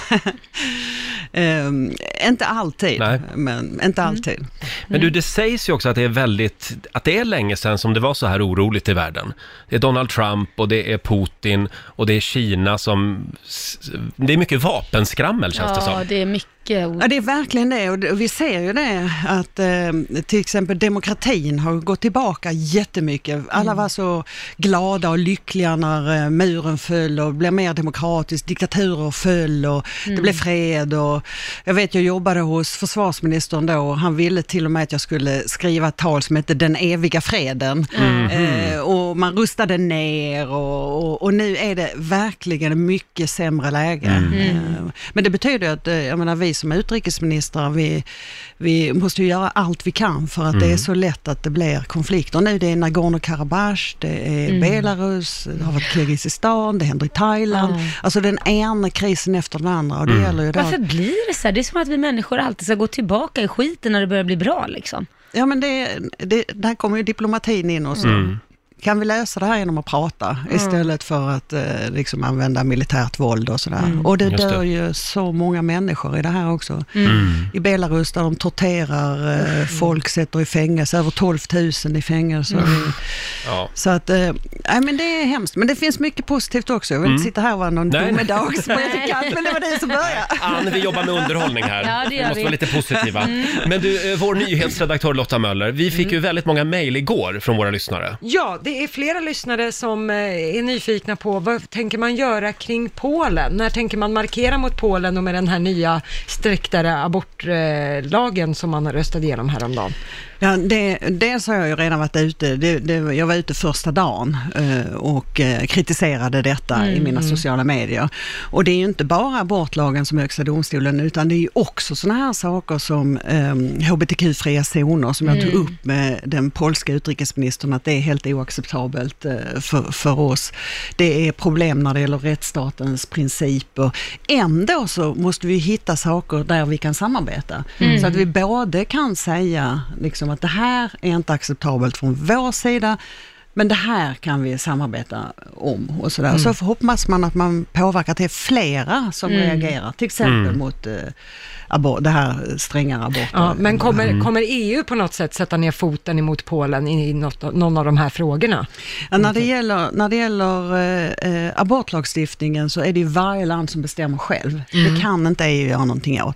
Speaker 2: Ehm, inte alltid,
Speaker 1: Nej.
Speaker 2: men inte alltid.
Speaker 1: Men du, det sägs ju också att det är väldigt, att det är länge sedan som det var så här oroligt i världen. Det är Donald Trump och det är Putin och det är Kina som, s- det är mycket vapenskrammel känns det
Speaker 3: Ja,
Speaker 1: som.
Speaker 3: det är mycket
Speaker 2: Ja, det är verkligen det och det- och vi ser ju det att eh, till exempel demokratin har gått tillbaka jättemycket. Alla var så glada och lyckliga när eh, muren föll och blev mer demokratiskt, diktaturer föll och det blev fred och jag vet jag jobbade hos försvarsministern då och han ville till och med att jag skulle skriva ett tal som hette Den eviga freden eh, och man rustade ner och, och, och nu är det verkligen mycket sämre läge. Eh, Men det betyder ju att eh, jag menar, vi som utrikesministrar, vi, vi måste ju göra allt vi kan för att det är så lätt att det blir konflikter. Nu det är Nagorno-Karabach, det är
Speaker 3: Mm.
Speaker 2: Belarus, det har varit Kirgizistan, det händer i Thailand.
Speaker 3: Ja.
Speaker 2: Alltså den ena krisen efter den andra och det gäller ju då
Speaker 3: Varför blir det så här? Det är som att vi människor alltid ska gå tillbaka i skiten när det börjar bli bra liksom.
Speaker 2: Ja, men det, det, där kommer ju diplomatin in och så.
Speaker 1: Mm.
Speaker 2: Kan vi lösa det här genom att prata istället för att eh, liksom använda militärt våld och sådär. Och det
Speaker 1: Just det. Mm.
Speaker 2: dör ju så många människor i det här också. I Belarus där de torterar eh, folk, sätter i fängelse, över 12 000 i fängelse.
Speaker 1: Ja.
Speaker 2: Så att, eh, nej men det är hemskt. Men det finns mycket positivt också. Jag vill inte sitta här och vara någon
Speaker 1: Mm. Nej, nej.
Speaker 2: domedagspredikat, men det var det som började.
Speaker 1: Ann, vi jobbar med underhållning här.
Speaker 3: Ja, det gör
Speaker 1: vi måste
Speaker 3: vi. Mm.
Speaker 1: vara lite positiva. Men du, eh, vår nyhetsredaktör Lotta Möller, vi fick ju väldigt många mejl igår från våra lyssnare.
Speaker 9: Ja, det är flera lyssnare som eh, är nyfikna på vad tänker man göra kring Polen? När tänker man markera mot Polen och med den här nya striktare abortlagen som man röstade igenom häromdagen?
Speaker 2: Ja, det, dels har jag ju redan varit ute, det, det, jag var ute första dagen eh, och eh, kritiserade detta i mina sociala medier. Och det är ju inte bara abortlagen som Högsta domstolen, utan det är ju också sådana här saker som eh, hbtq-fria zoner, som jag tog upp med den polska utrikesministern, att det är helt oacceptabelt eh, för, för oss. Det är problem när det gäller rättsstatens principer. Ändå så måste vi hitta saker där vi kan samarbeta. Så att vi både kan säga liksom, att det här är inte acceptabelt från vår sida,
Speaker 8: Men det här kan vi samarbeta om och sådär. Så hoppas man att man påverkar till flera som reagerar, till exempel mot eh, abor- det här strängare abort.
Speaker 2: Ja, men kommer, kommer
Speaker 9: E
Speaker 2: EU på något sätt sätta ner foten emot Polen i något, någon av de här frågorna?
Speaker 8: Ja, när det gäller, när det gäller eh, eh, abortlagstiftningen så är det ju varje land som bestämmer själv. Det kan inte EU göra någonting åt.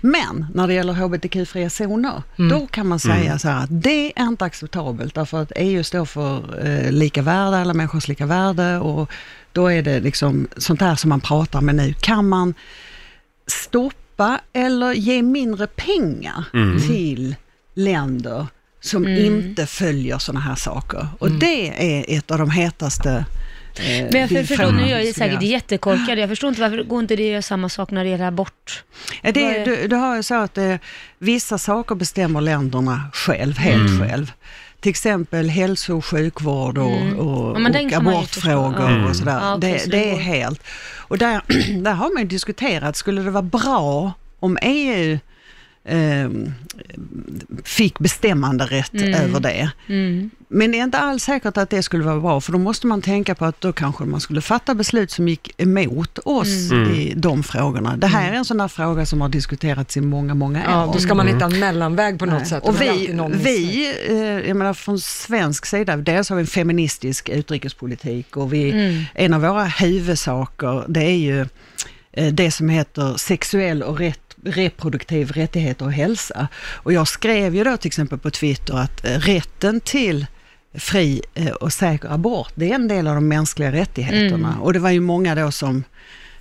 Speaker 8: Men när det gäller hbtq-fria zoner, då kan man säga så här att det är inte acceptabelt därför att EU står för eh, lika värde, alla människors lika värde och då är det liksom sånt här som man pratar med nu. Kan man stoppa eller ge mindre pengar till länder som
Speaker 9: Mm.
Speaker 8: inte följer sådana här saker. Och det är ett av de hetaste eh,
Speaker 3: Men jag för- förstår, nu är jag ju
Speaker 8: diskussionerna.
Speaker 3: säkert jättekorkad. Jag förstår inte varför går inte det att göra samma sak när det gäller abort?
Speaker 8: Ja,
Speaker 3: Vad
Speaker 8: Det,
Speaker 3: är-
Speaker 8: du, du har ju så att eh, vissa saker bestämmer länderna själv, helt själv. Till exempel hälso och sjukvård och, och,
Speaker 3: Ja, men den
Speaker 8: och
Speaker 3: kan man ju förstå.
Speaker 8: abortfrågor
Speaker 3: Mm.
Speaker 8: och sådär.
Speaker 3: Ja, okej,
Speaker 8: det,
Speaker 3: så det
Speaker 8: det är
Speaker 3: går.
Speaker 8: helt. Och där, där har man ju diskuterat, skulle det vara bra om EU ehm, fick bestämmanderätt
Speaker 2: Mm.
Speaker 8: över det. Men det är inte alls säkert att det skulle vara bra, för då måste man tänka på att då kanske man skulle fatta beslut som gick emot oss
Speaker 2: Mm.
Speaker 8: i de frågorna. Det här är en sån där fråga som har diskuterats i många, många år.
Speaker 2: Ja, då ska man hitta en mellanväg på något sätt. Det
Speaker 8: Och
Speaker 2: är
Speaker 8: vi,
Speaker 2: alltid någon missnöjd.
Speaker 8: vi eh, jag menar från svensk sida, dels har vi en feministisk utrikespolitik och vi, en av våra huvudsaker det är ju eh, det som heter sexuell och rätt, reproduktiv rättigheter och hälsa. Och jag skrev ju då till exempel på Twitter att eh, rätten till fri eh, och säker abort, det är en del av de mänskliga rättigheterna. Och det var ju många då som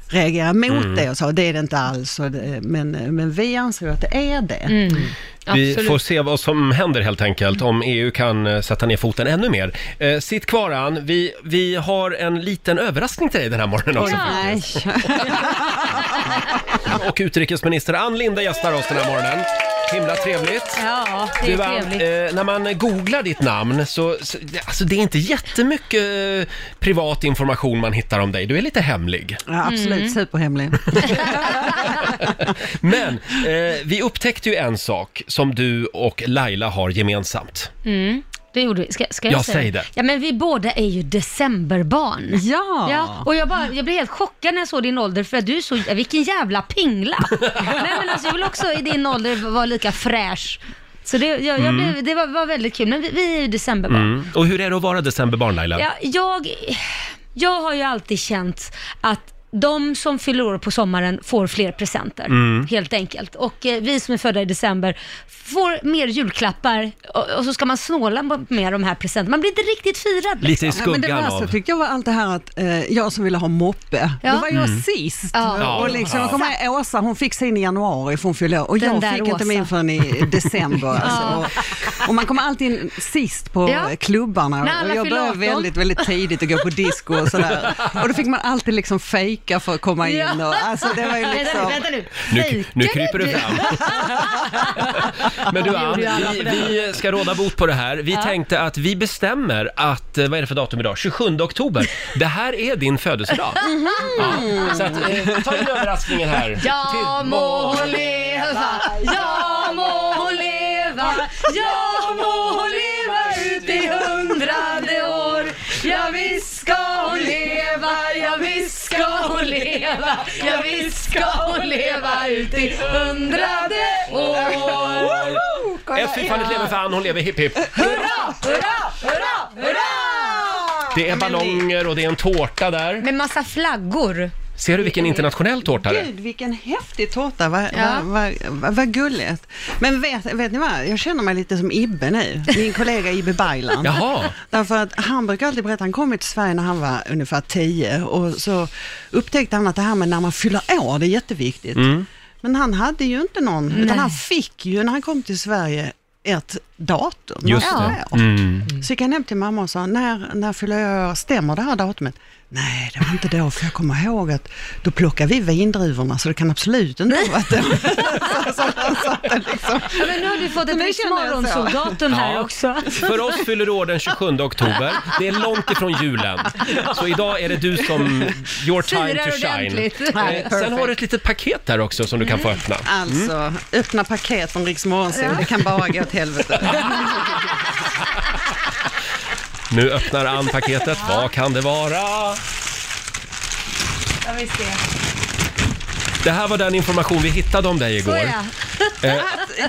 Speaker 8: reagerade mot det och sa det är det inte alls, och det, eh, men, men vi anser ju att det är det.
Speaker 1: Vi
Speaker 3: Mm. Absolut. Mm.
Speaker 1: får se vad som händer helt enkelt, om EU kan eh, sätta ner foten ännu mer. Eh, sitt kvar Ann, vi, vi har en liten överraskning till dig den här morgonen också.
Speaker 8: Nej.
Speaker 1: Och utrikesminister Ann Linde gästar oss den här morgonen. Himla trevligt.
Speaker 3: Ja, det
Speaker 1: Du,
Speaker 3: är
Speaker 1: Ann,
Speaker 3: trevligt.
Speaker 1: eh, när man googlar ditt namn så, så alltså, det är inte jättemycket eh, privat information man hittar om dig. Du är lite hemlig.
Speaker 8: Ja, absolut,
Speaker 3: Mm.
Speaker 8: superhemlig.
Speaker 1: Men eh, vi upptäckte ju en sak som du och Laila har gemensamt.
Speaker 3: Det gjorde vi. Ska, ska jag,
Speaker 1: Jag
Speaker 3: säga
Speaker 1: säger det.
Speaker 3: Ja, men vi båda är ju decemberbarn.
Speaker 8: Ja.
Speaker 3: ja och jag, bara, jag blev helt chockad när jag såg din ålder för att du är så, vilken jävla pingla. Nej men alltså jag vill också i din ålder vara lika fräsch. Så det, jag, jag blev, det var, var väldigt kul, men vi, vi är ju decemberbarn.
Speaker 1: Mm. Och hur är det att vara decemberbarn Laila?
Speaker 3: Ja, jag, jag har ju alltid känt att de som fyller år på sommaren får fler presenter, helt enkelt. Och eh, vi som är födda i december får mer julklappar och, och så ska man snåla på- med de här presenterna. Man blir inte riktigt firad.
Speaker 1: Lite i
Speaker 8: Ja, men det
Speaker 1: skuggan
Speaker 8: värsta
Speaker 1: av...
Speaker 8: tyckte jag var allt det här att eh, jag som ville ha moppe,
Speaker 3: Ja.
Speaker 8: då var jag sist.
Speaker 3: Ja.
Speaker 8: Och liksom, jag kommer ihåg Åsa, hon fick sin i januari för hon fyllde år och
Speaker 3: Den
Speaker 8: jag
Speaker 3: där
Speaker 8: fick inte
Speaker 3: Åsa.
Speaker 8: min förrän i december. alltså. och, och man kommer alltid in sist på
Speaker 3: Ja.
Speaker 8: klubbarna.
Speaker 3: När alla
Speaker 8: och jag
Speaker 3: fyller
Speaker 8: började
Speaker 3: 18.
Speaker 8: väldigt, väldigt tidigt och gå på disco och sådär. Och då fick man alltid liksom fejka för att komma in.
Speaker 3: Ja.
Speaker 8: Och, alltså, det var ju
Speaker 3: Vänta nu,
Speaker 8: liksom...
Speaker 3: vänta nu.
Speaker 1: Nu,
Speaker 3: Fejkar
Speaker 1: nu kryper du fram. Men du Ann,
Speaker 3: gjorde ju alla
Speaker 1: vi, vi ska råda bot på det här. Vi tänkte att vi bestämmer att, eh, vad är det för datum idag? 27 oktober. Det här är din födelsedag.
Speaker 3: Mhm.
Speaker 1: Ja, så att, eh, ta in överraskningen här.
Speaker 3: Jag må hon leva, jag må hon leva, jag må hon leva ut i hundrade år. Ja visst ska hon leva, ja visst ska hon leva, ja visst ska hon leva ut i hundrade år.
Speaker 1: Ett fyrfaldigt lever för Ann, hon lever hipp hipp.
Speaker 3: Hurra, hurra, hurra, hurra!
Speaker 1: Det är ballonger och det är en tårta där.
Speaker 3: Med massa flaggor.
Speaker 8: Mm.
Speaker 1: Ser du vilken internationell tårta det är?
Speaker 8: Gud, vilken häftig tårta. Vad
Speaker 3: Ja.
Speaker 8: vad- vad- vad- vad gulligt. Men vet, vet ni vad? Jag känner mig lite som Ibbe nu. Min kollega Ibbe Baylan.
Speaker 1: Jaha.
Speaker 8: Därför att han brukar alltid berätta, han kom ju till Sverige när han var ungefär 10 och så upptäckte han att det här med när man fyller år, det är jätteviktigt. Men han hade ju inte någon, utan han fick ju när han kom till Sverige ett datum. när
Speaker 1: Just
Speaker 8: han
Speaker 1: det.
Speaker 8: fyller år. Så gick han hem till mamma och sa, när, när fyller jag år? stämmer det här datumet? Nej, det var inte då, för jag kommer ihåg att då plockar vi vindruvorna, så det kan absolut inte ha varit då. så, så, så, så, liksom.
Speaker 3: Ja, men nu har du fått ett
Speaker 8: Nu
Speaker 3: nytt
Speaker 8: känner jag så.
Speaker 3: morgonsoldatum här
Speaker 1: Ja.
Speaker 3: också.
Speaker 1: För oss fyller du år den 27 oktober. Det är långt ifrån julen. Så idag är det du som... Your time
Speaker 3: Firar
Speaker 1: to shine.
Speaker 3: ordentligt.
Speaker 1: Eh, Sen har du ett litet paket där också som du kan få öppna.
Speaker 8: Alltså, öppna paket från Riks Morgonzoo, det kan bara gå åt helvete.
Speaker 1: Nu öppnar Ann paketet. Vad kan det vara?
Speaker 3: Jag vill se.
Speaker 1: Det här var den information vi hittade om dig igår.
Speaker 3: Såja.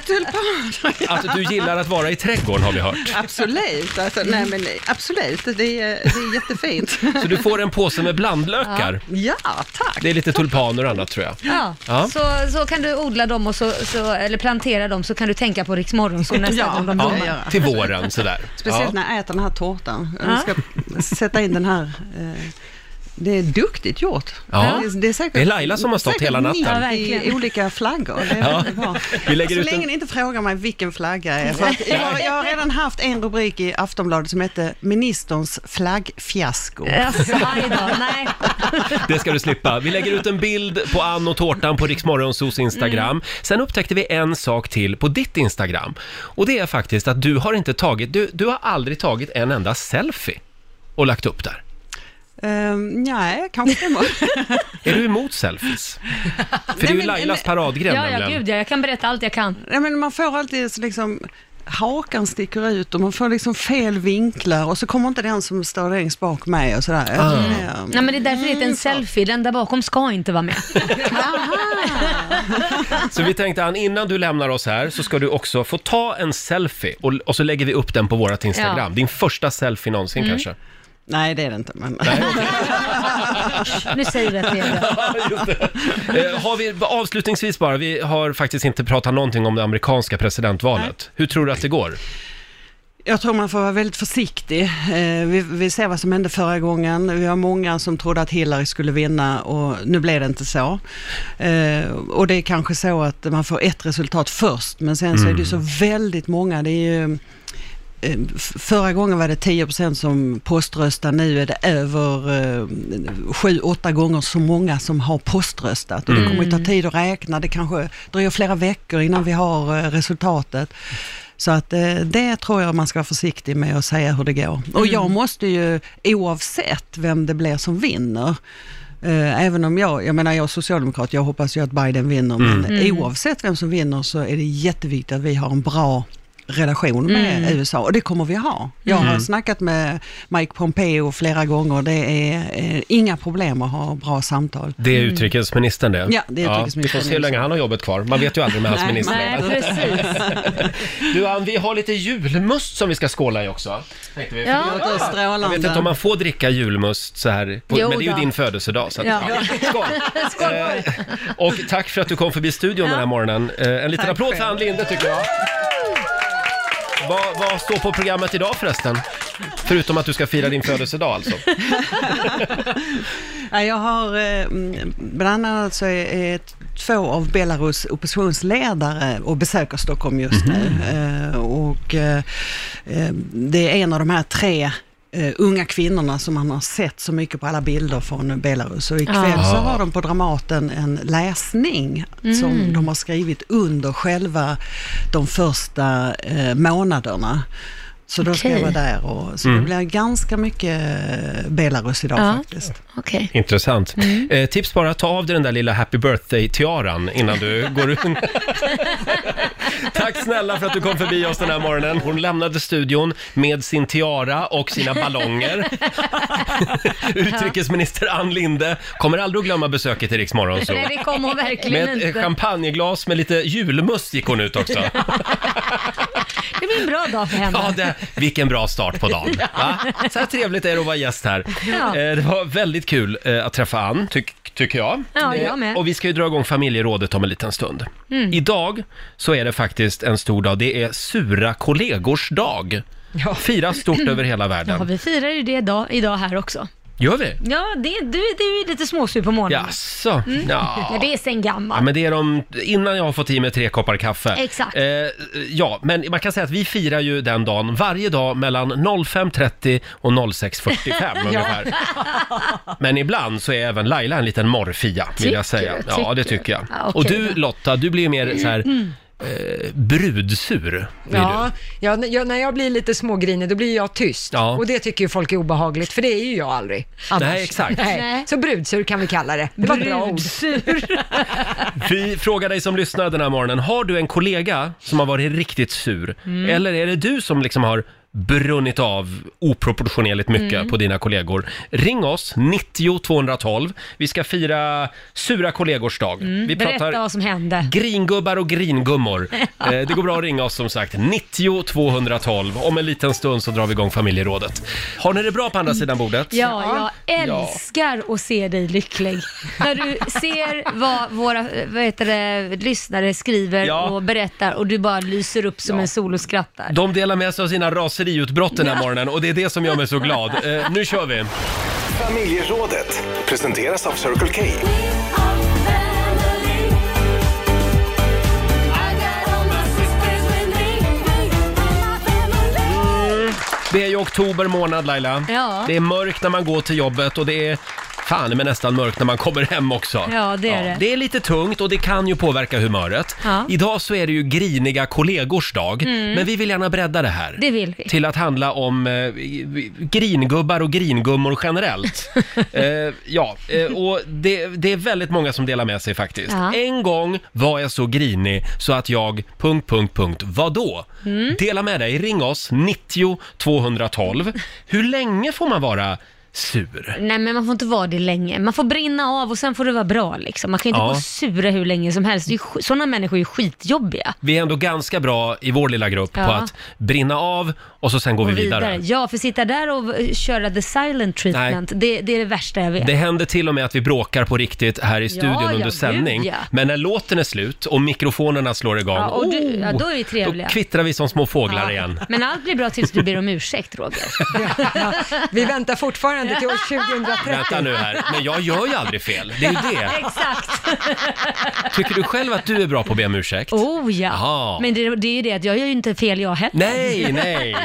Speaker 2: Tulpaner.
Speaker 1: Att du gillar att vara i trädgården har vi hört.
Speaker 2: Absolut, alltså,
Speaker 3: Mm.
Speaker 2: nej men absolut, det är, det är jättefint.
Speaker 1: Så du får en påse med blandlökar.
Speaker 2: Ja, tack.
Speaker 1: Det är lite tulpaner och annat tror jag.
Speaker 3: Ja,
Speaker 1: Ja.
Speaker 3: Så, så kan du odla dem och så, så, eller plantera dem så kan du tänka på Rix Morgonzoo nästa
Speaker 2: Ja.
Speaker 3: gång de
Speaker 2: Ja.
Speaker 1: Ja,
Speaker 3: blommar.
Speaker 1: till våren sådär.
Speaker 2: Speciellt
Speaker 1: ja.
Speaker 2: när jag äter den här tårtan. Jag ska sätta in den här. eh, Det är duktigt gjort.
Speaker 1: Ja.
Speaker 2: Det, är, det, är säkert,
Speaker 1: Det är Laila som har stått
Speaker 2: säkert
Speaker 1: hela natten.
Speaker 3: Ja,
Speaker 2: 90
Speaker 3: verkligen.
Speaker 2: i olika flaggor. Det är
Speaker 1: Ja.
Speaker 2: väldigt bra.
Speaker 1: Vi lägger
Speaker 2: så
Speaker 1: ut en-
Speaker 2: länge ni inte frågar mig vilken flagga det är. För att jag, har- jag har redan haft en rubrik i Aftonbladet som hette Ministerns flaggfiasko.
Speaker 3: Jaså, aj då, nej.
Speaker 1: Det ska du slippa. Vi lägger ut en bild på Ann och tårtan på Riksmorgonsos
Speaker 2: Mm.
Speaker 1: Instagram. Sen upptäckte vi en sak till på ditt Instagram. Och det är faktiskt att du har inte tagit, du, du har aldrig tagit en enda selfie och lagt upp där.
Speaker 2: Ehm, nej, kanske det var.
Speaker 1: Är du emot selfies? För det är
Speaker 2: Nej,
Speaker 1: ju
Speaker 2: men-
Speaker 1: Lailas
Speaker 2: nej.
Speaker 1: paradgren
Speaker 3: Ja, ja,
Speaker 1: nämligen.
Speaker 3: gud ja, jag kan berätta allt jag kan.
Speaker 2: Nej, men man får alltid så liksom hakan sticker ut och man får liksom fel vinklar och så kommer inte den som står längst bak med och sådär. Ehm,
Speaker 3: Nej, men det är därför det heter en selfie, den där bakom ska inte vara med.
Speaker 1: Så vi tänkte Ann, innan du lämnar oss här så ska du också få ta en selfie och, och så lägger vi upp den på vårat Instagram.
Speaker 3: Ja.
Speaker 1: Din första selfie någonsin
Speaker 2: Mm.
Speaker 1: kanske.
Speaker 2: Nej, det är det inte. Men...
Speaker 3: Nu säger vi att det är det.
Speaker 1: Just det. Eh, har vi, avslutningsvis bara, vi har faktiskt inte pratat någonting om det amerikanska presidentvalet. Hur tror du att det går?
Speaker 2: Jag tror man får vara väldigt försiktig. Eh, Vi, vi ser vad som hände förra gången. Vi var många som trodde att Hillary skulle vinna och nu blev det inte så. Eh, Och det är kanske så att man får ett resultat först, men sen så är det ju så väldigt många. Det är ju, eh, f- Förra gången var det 10 som poströstar, nu är det över 7-8 gånger så många som har poströstat. Och det kommer ju ta tid att räkna, det kanske dröjer flera veckor innan vi har eh, resultatet. Så att eh, det tror jag man ska vara försiktig med att säga hur det går. Och
Speaker 1: Mm.
Speaker 2: jag måste ju, oavsett vem det blir som vinner, eh, även om jag, jag menar jag är socialdemokrat, jag hoppas ju att Biden vinner,
Speaker 1: Mm.
Speaker 2: men oavsett vem som vinner så är det jätteviktigt att vi har en bra relation med
Speaker 1: Mm.
Speaker 2: USA och det kommer vi ha. Jag har snackat med Mike Pompeo flera gånger, det är eh, inga problem att ha bra samtal.
Speaker 1: Det är utrikesministern det.
Speaker 2: Mm. Ja, det är utrikesministern.
Speaker 1: vi får se hur länge han har jobbet kvar. Man vet ju aldrig med hans
Speaker 2: Nej,
Speaker 1: minister.
Speaker 3: Nej, precis.
Speaker 1: Du Ann, vi har lite julmust som vi ska skåla i också. tänkte vi.
Speaker 3: Ja.
Speaker 1: Jag
Speaker 2: Det låter
Speaker 1: vet inte om
Speaker 2: strålande.
Speaker 1: man får dricka julmust så här, på,
Speaker 3: Jo
Speaker 1: men det är ju
Speaker 3: då.
Speaker 1: din födelsedag. Så att,
Speaker 3: Ja.
Speaker 1: ja. Skål! Eh, och tack för att du kom förbi studion den här morgonen. Eh, en liten
Speaker 2: Tack
Speaker 1: applåd för
Speaker 2: själv.
Speaker 1: Ann Linde tycker jag. Vad, vad står på programmet idag förresten? Förutom att du ska fira din födelsedag alltså.
Speaker 2: Ja, jag har, eh, mm, bland annat så är, är t- två av Belarus oppositionsledare och besöker Stockholm just nu. Eh, och eh, eh, det är en av de här tre eh, unga kvinnorna som man har sett så mycket på alla bilder från Belarus. Och ikväll så har de på Dramaten en läsning som de har skrivit under själva de första eh, månaderna. Så då ska jag
Speaker 3: Okej.
Speaker 2: vara där och så det blir ganska mycket eh, Belarus idag
Speaker 3: Ja.
Speaker 2: faktiskt.
Speaker 3: Okej.
Speaker 1: Intressant.
Speaker 3: Mm.
Speaker 1: Eh, tips bara, ta av dig den där lilla happy birthday-tiaran innan du går ut. Tack snälla för att du kom förbi oss den här morgonen. Hon lämnade studion med sin tiara och sina ballonger. Utrikesminister Ann Linde kommer aldrig att glömma besöket i Rix Morgonzoo.
Speaker 3: Nej, det kommer hon
Speaker 1: Med
Speaker 3: verkligen
Speaker 1: ett eh,
Speaker 3: inte.
Speaker 1: champagneglas med lite julmust gick hon ut också.
Speaker 3: Det blir en bra dag för henne.
Speaker 1: Ja, det, vilken bra start på dagen. Va? Så här trevligt är det att vara gäst här.
Speaker 3: Ja.
Speaker 1: Eh, Det var väldigt kul eh, att träffa Ann, tyck- tycker jag.
Speaker 3: Ja,
Speaker 1: Eh,
Speaker 3: jag med.
Speaker 1: Och vi ska ju dra igång familjerådet om en liten stund. Idag så är det faktiskt en stor dag. Det är sura kollegors dag. Ja. Firas stort över hela
Speaker 3: Ja,
Speaker 1: världen.
Speaker 3: vi firar ju det idag, idag här också.
Speaker 1: Gör vi?
Speaker 3: Ja, det, du, du är ju lite småsur på morgonen.
Speaker 1: Jaså?
Speaker 3: Ja,
Speaker 1: Ja.
Speaker 3: det är sen
Speaker 1: Ja,
Speaker 3: gammalt.
Speaker 1: men det är de, innan jag har fått i mig tre koppar kaffe.
Speaker 3: Exakt.
Speaker 1: Eh, ja, men man kan säga att vi firar ju den dagen varje dag mellan 05.30 och 06.45 ungefär. Men ibland så är även Laila en liten morrfia, vill jag
Speaker 3: Tycker
Speaker 1: säga.
Speaker 3: du?
Speaker 1: Ja, det
Speaker 3: Tycker
Speaker 1: tycker jag.
Speaker 3: du? Ja, okej
Speaker 1: och du
Speaker 3: då. Mm.
Speaker 1: Lotta, du blir mer så här eh, brudsur. Blir
Speaker 10: Ja,
Speaker 1: du.
Speaker 10: ja, när jag- när jag blir lite smågrinig då blir jag tyst
Speaker 1: Ja.
Speaker 10: och det tycker ju folk är obehagligt för det är ju jag aldrig annars.
Speaker 1: Nej, exakt.
Speaker 3: Nej.
Speaker 10: Nej. Så brudsur kan vi kalla det. Det var ett bra ord.
Speaker 3: Brudsur.
Speaker 1: Vi frågar dig som
Speaker 3: Mm.
Speaker 1: lyssnar den här morgonen, har du en kollega som har varit riktigt sur? Eller är det du som liksom har brunnit av oproportionerligt mycket
Speaker 3: Mm.
Speaker 1: på dina kollegor. Ring oss, 90 212. Vi ska fira sura kollegors dag. Vi
Speaker 3: Mm. Berätta vad som hände.
Speaker 1: Gringubbar och gringummor. Eh, Det går bra att ringa oss som sagt. 90 212. Om en liten stund så drar vi igång familjerådet. Har ni det bra på andra sidan bordet?
Speaker 3: Ja, jag älskar att se dig lycklig. När du ser vad våra eh, vad heter det, lyssnare skriver
Speaker 1: Ja.
Speaker 3: och berättar och du bara lyser upp som en sol och skrattar.
Speaker 1: De delar med sig av sina raseriutbrott den här morgonen och det är det som gör mig så glad. Eh, nu kör vi!
Speaker 4: Familjerådet presenteras av Circle K.
Speaker 1: Det är ju oktober månad Laila.
Speaker 3: Ja.
Speaker 1: Det är mörkt när man går till jobbet och det är fan men nästan mörkt när man kommer hem också.
Speaker 3: Ja, det är det.
Speaker 1: Det är lite tungt och det kan ju påverka humöret.
Speaker 3: Ja. Mm.
Speaker 1: Idag så är det ju griniga kollegors dag, men vi vill gärna bredda det här.
Speaker 3: Det vill vi.
Speaker 1: Till att handla om eh, gringubbar och gringummor generellt. eh, ja, eh, och det, det är väldigt många som delar med sig faktiskt.
Speaker 3: Ja.
Speaker 1: En gång var jag så grinig så att jag... Punkt, punkt, punkt. Vadå? Dela med dig. Ring oss, 90 212. Hur länge får man vara sur?
Speaker 3: Nej men man får inte vara det länge. Man får brinna av och sen får det vara bra liksom. Man kan inte
Speaker 1: Ja.
Speaker 3: vara sura hur länge som helst. Det är ju sk- Sådana människor är ju skitjobbiga.
Speaker 1: Vi är ändå ganska bra i vår lilla grupp
Speaker 3: Ja.
Speaker 1: på att brinna av och så sen går vi vidare.
Speaker 3: Ja, för sitta där och eh, köra the silent treatment, det, det är det värsta jag vet.
Speaker 1: Det händer till och med att vi bråkar på riktigt här i studion
Speaker 3: ja,
Speaker 1: under
Speaker 3: gud,
Speaker 1: sändning.
Speaker 3: ja.
Speaker 1: Men när låten är slut och mikrofonerna slår igång,
Speaker 3: Ja, och du-
Speaker 1: oh,
Speaker 3: ja, då är vi trevliga.
Speaker 1: Då kvittrar vi som små fåglar
Speaker 3: Ja.
Speaker 1: igen.
Speaker 3: Men allt blir bra tills du ber om ursäkt Roger.
Speaker 2: Vi väntar fortfarande till år 2030.
Speaker 1: Vänta nu här, men jag gör ju aldrig fel. Det är ju det.
Speaker 3: Exakt.
Speaker 1: Tycker du själv att du är bra på att be om ursäkt?
Speaker 3: Oh ja.
Speaker 1: Jaha.
Speaker 3: Men det, det är ju det att jag gör ju inte fel jag heller.
Speaker 1: Nej, nej!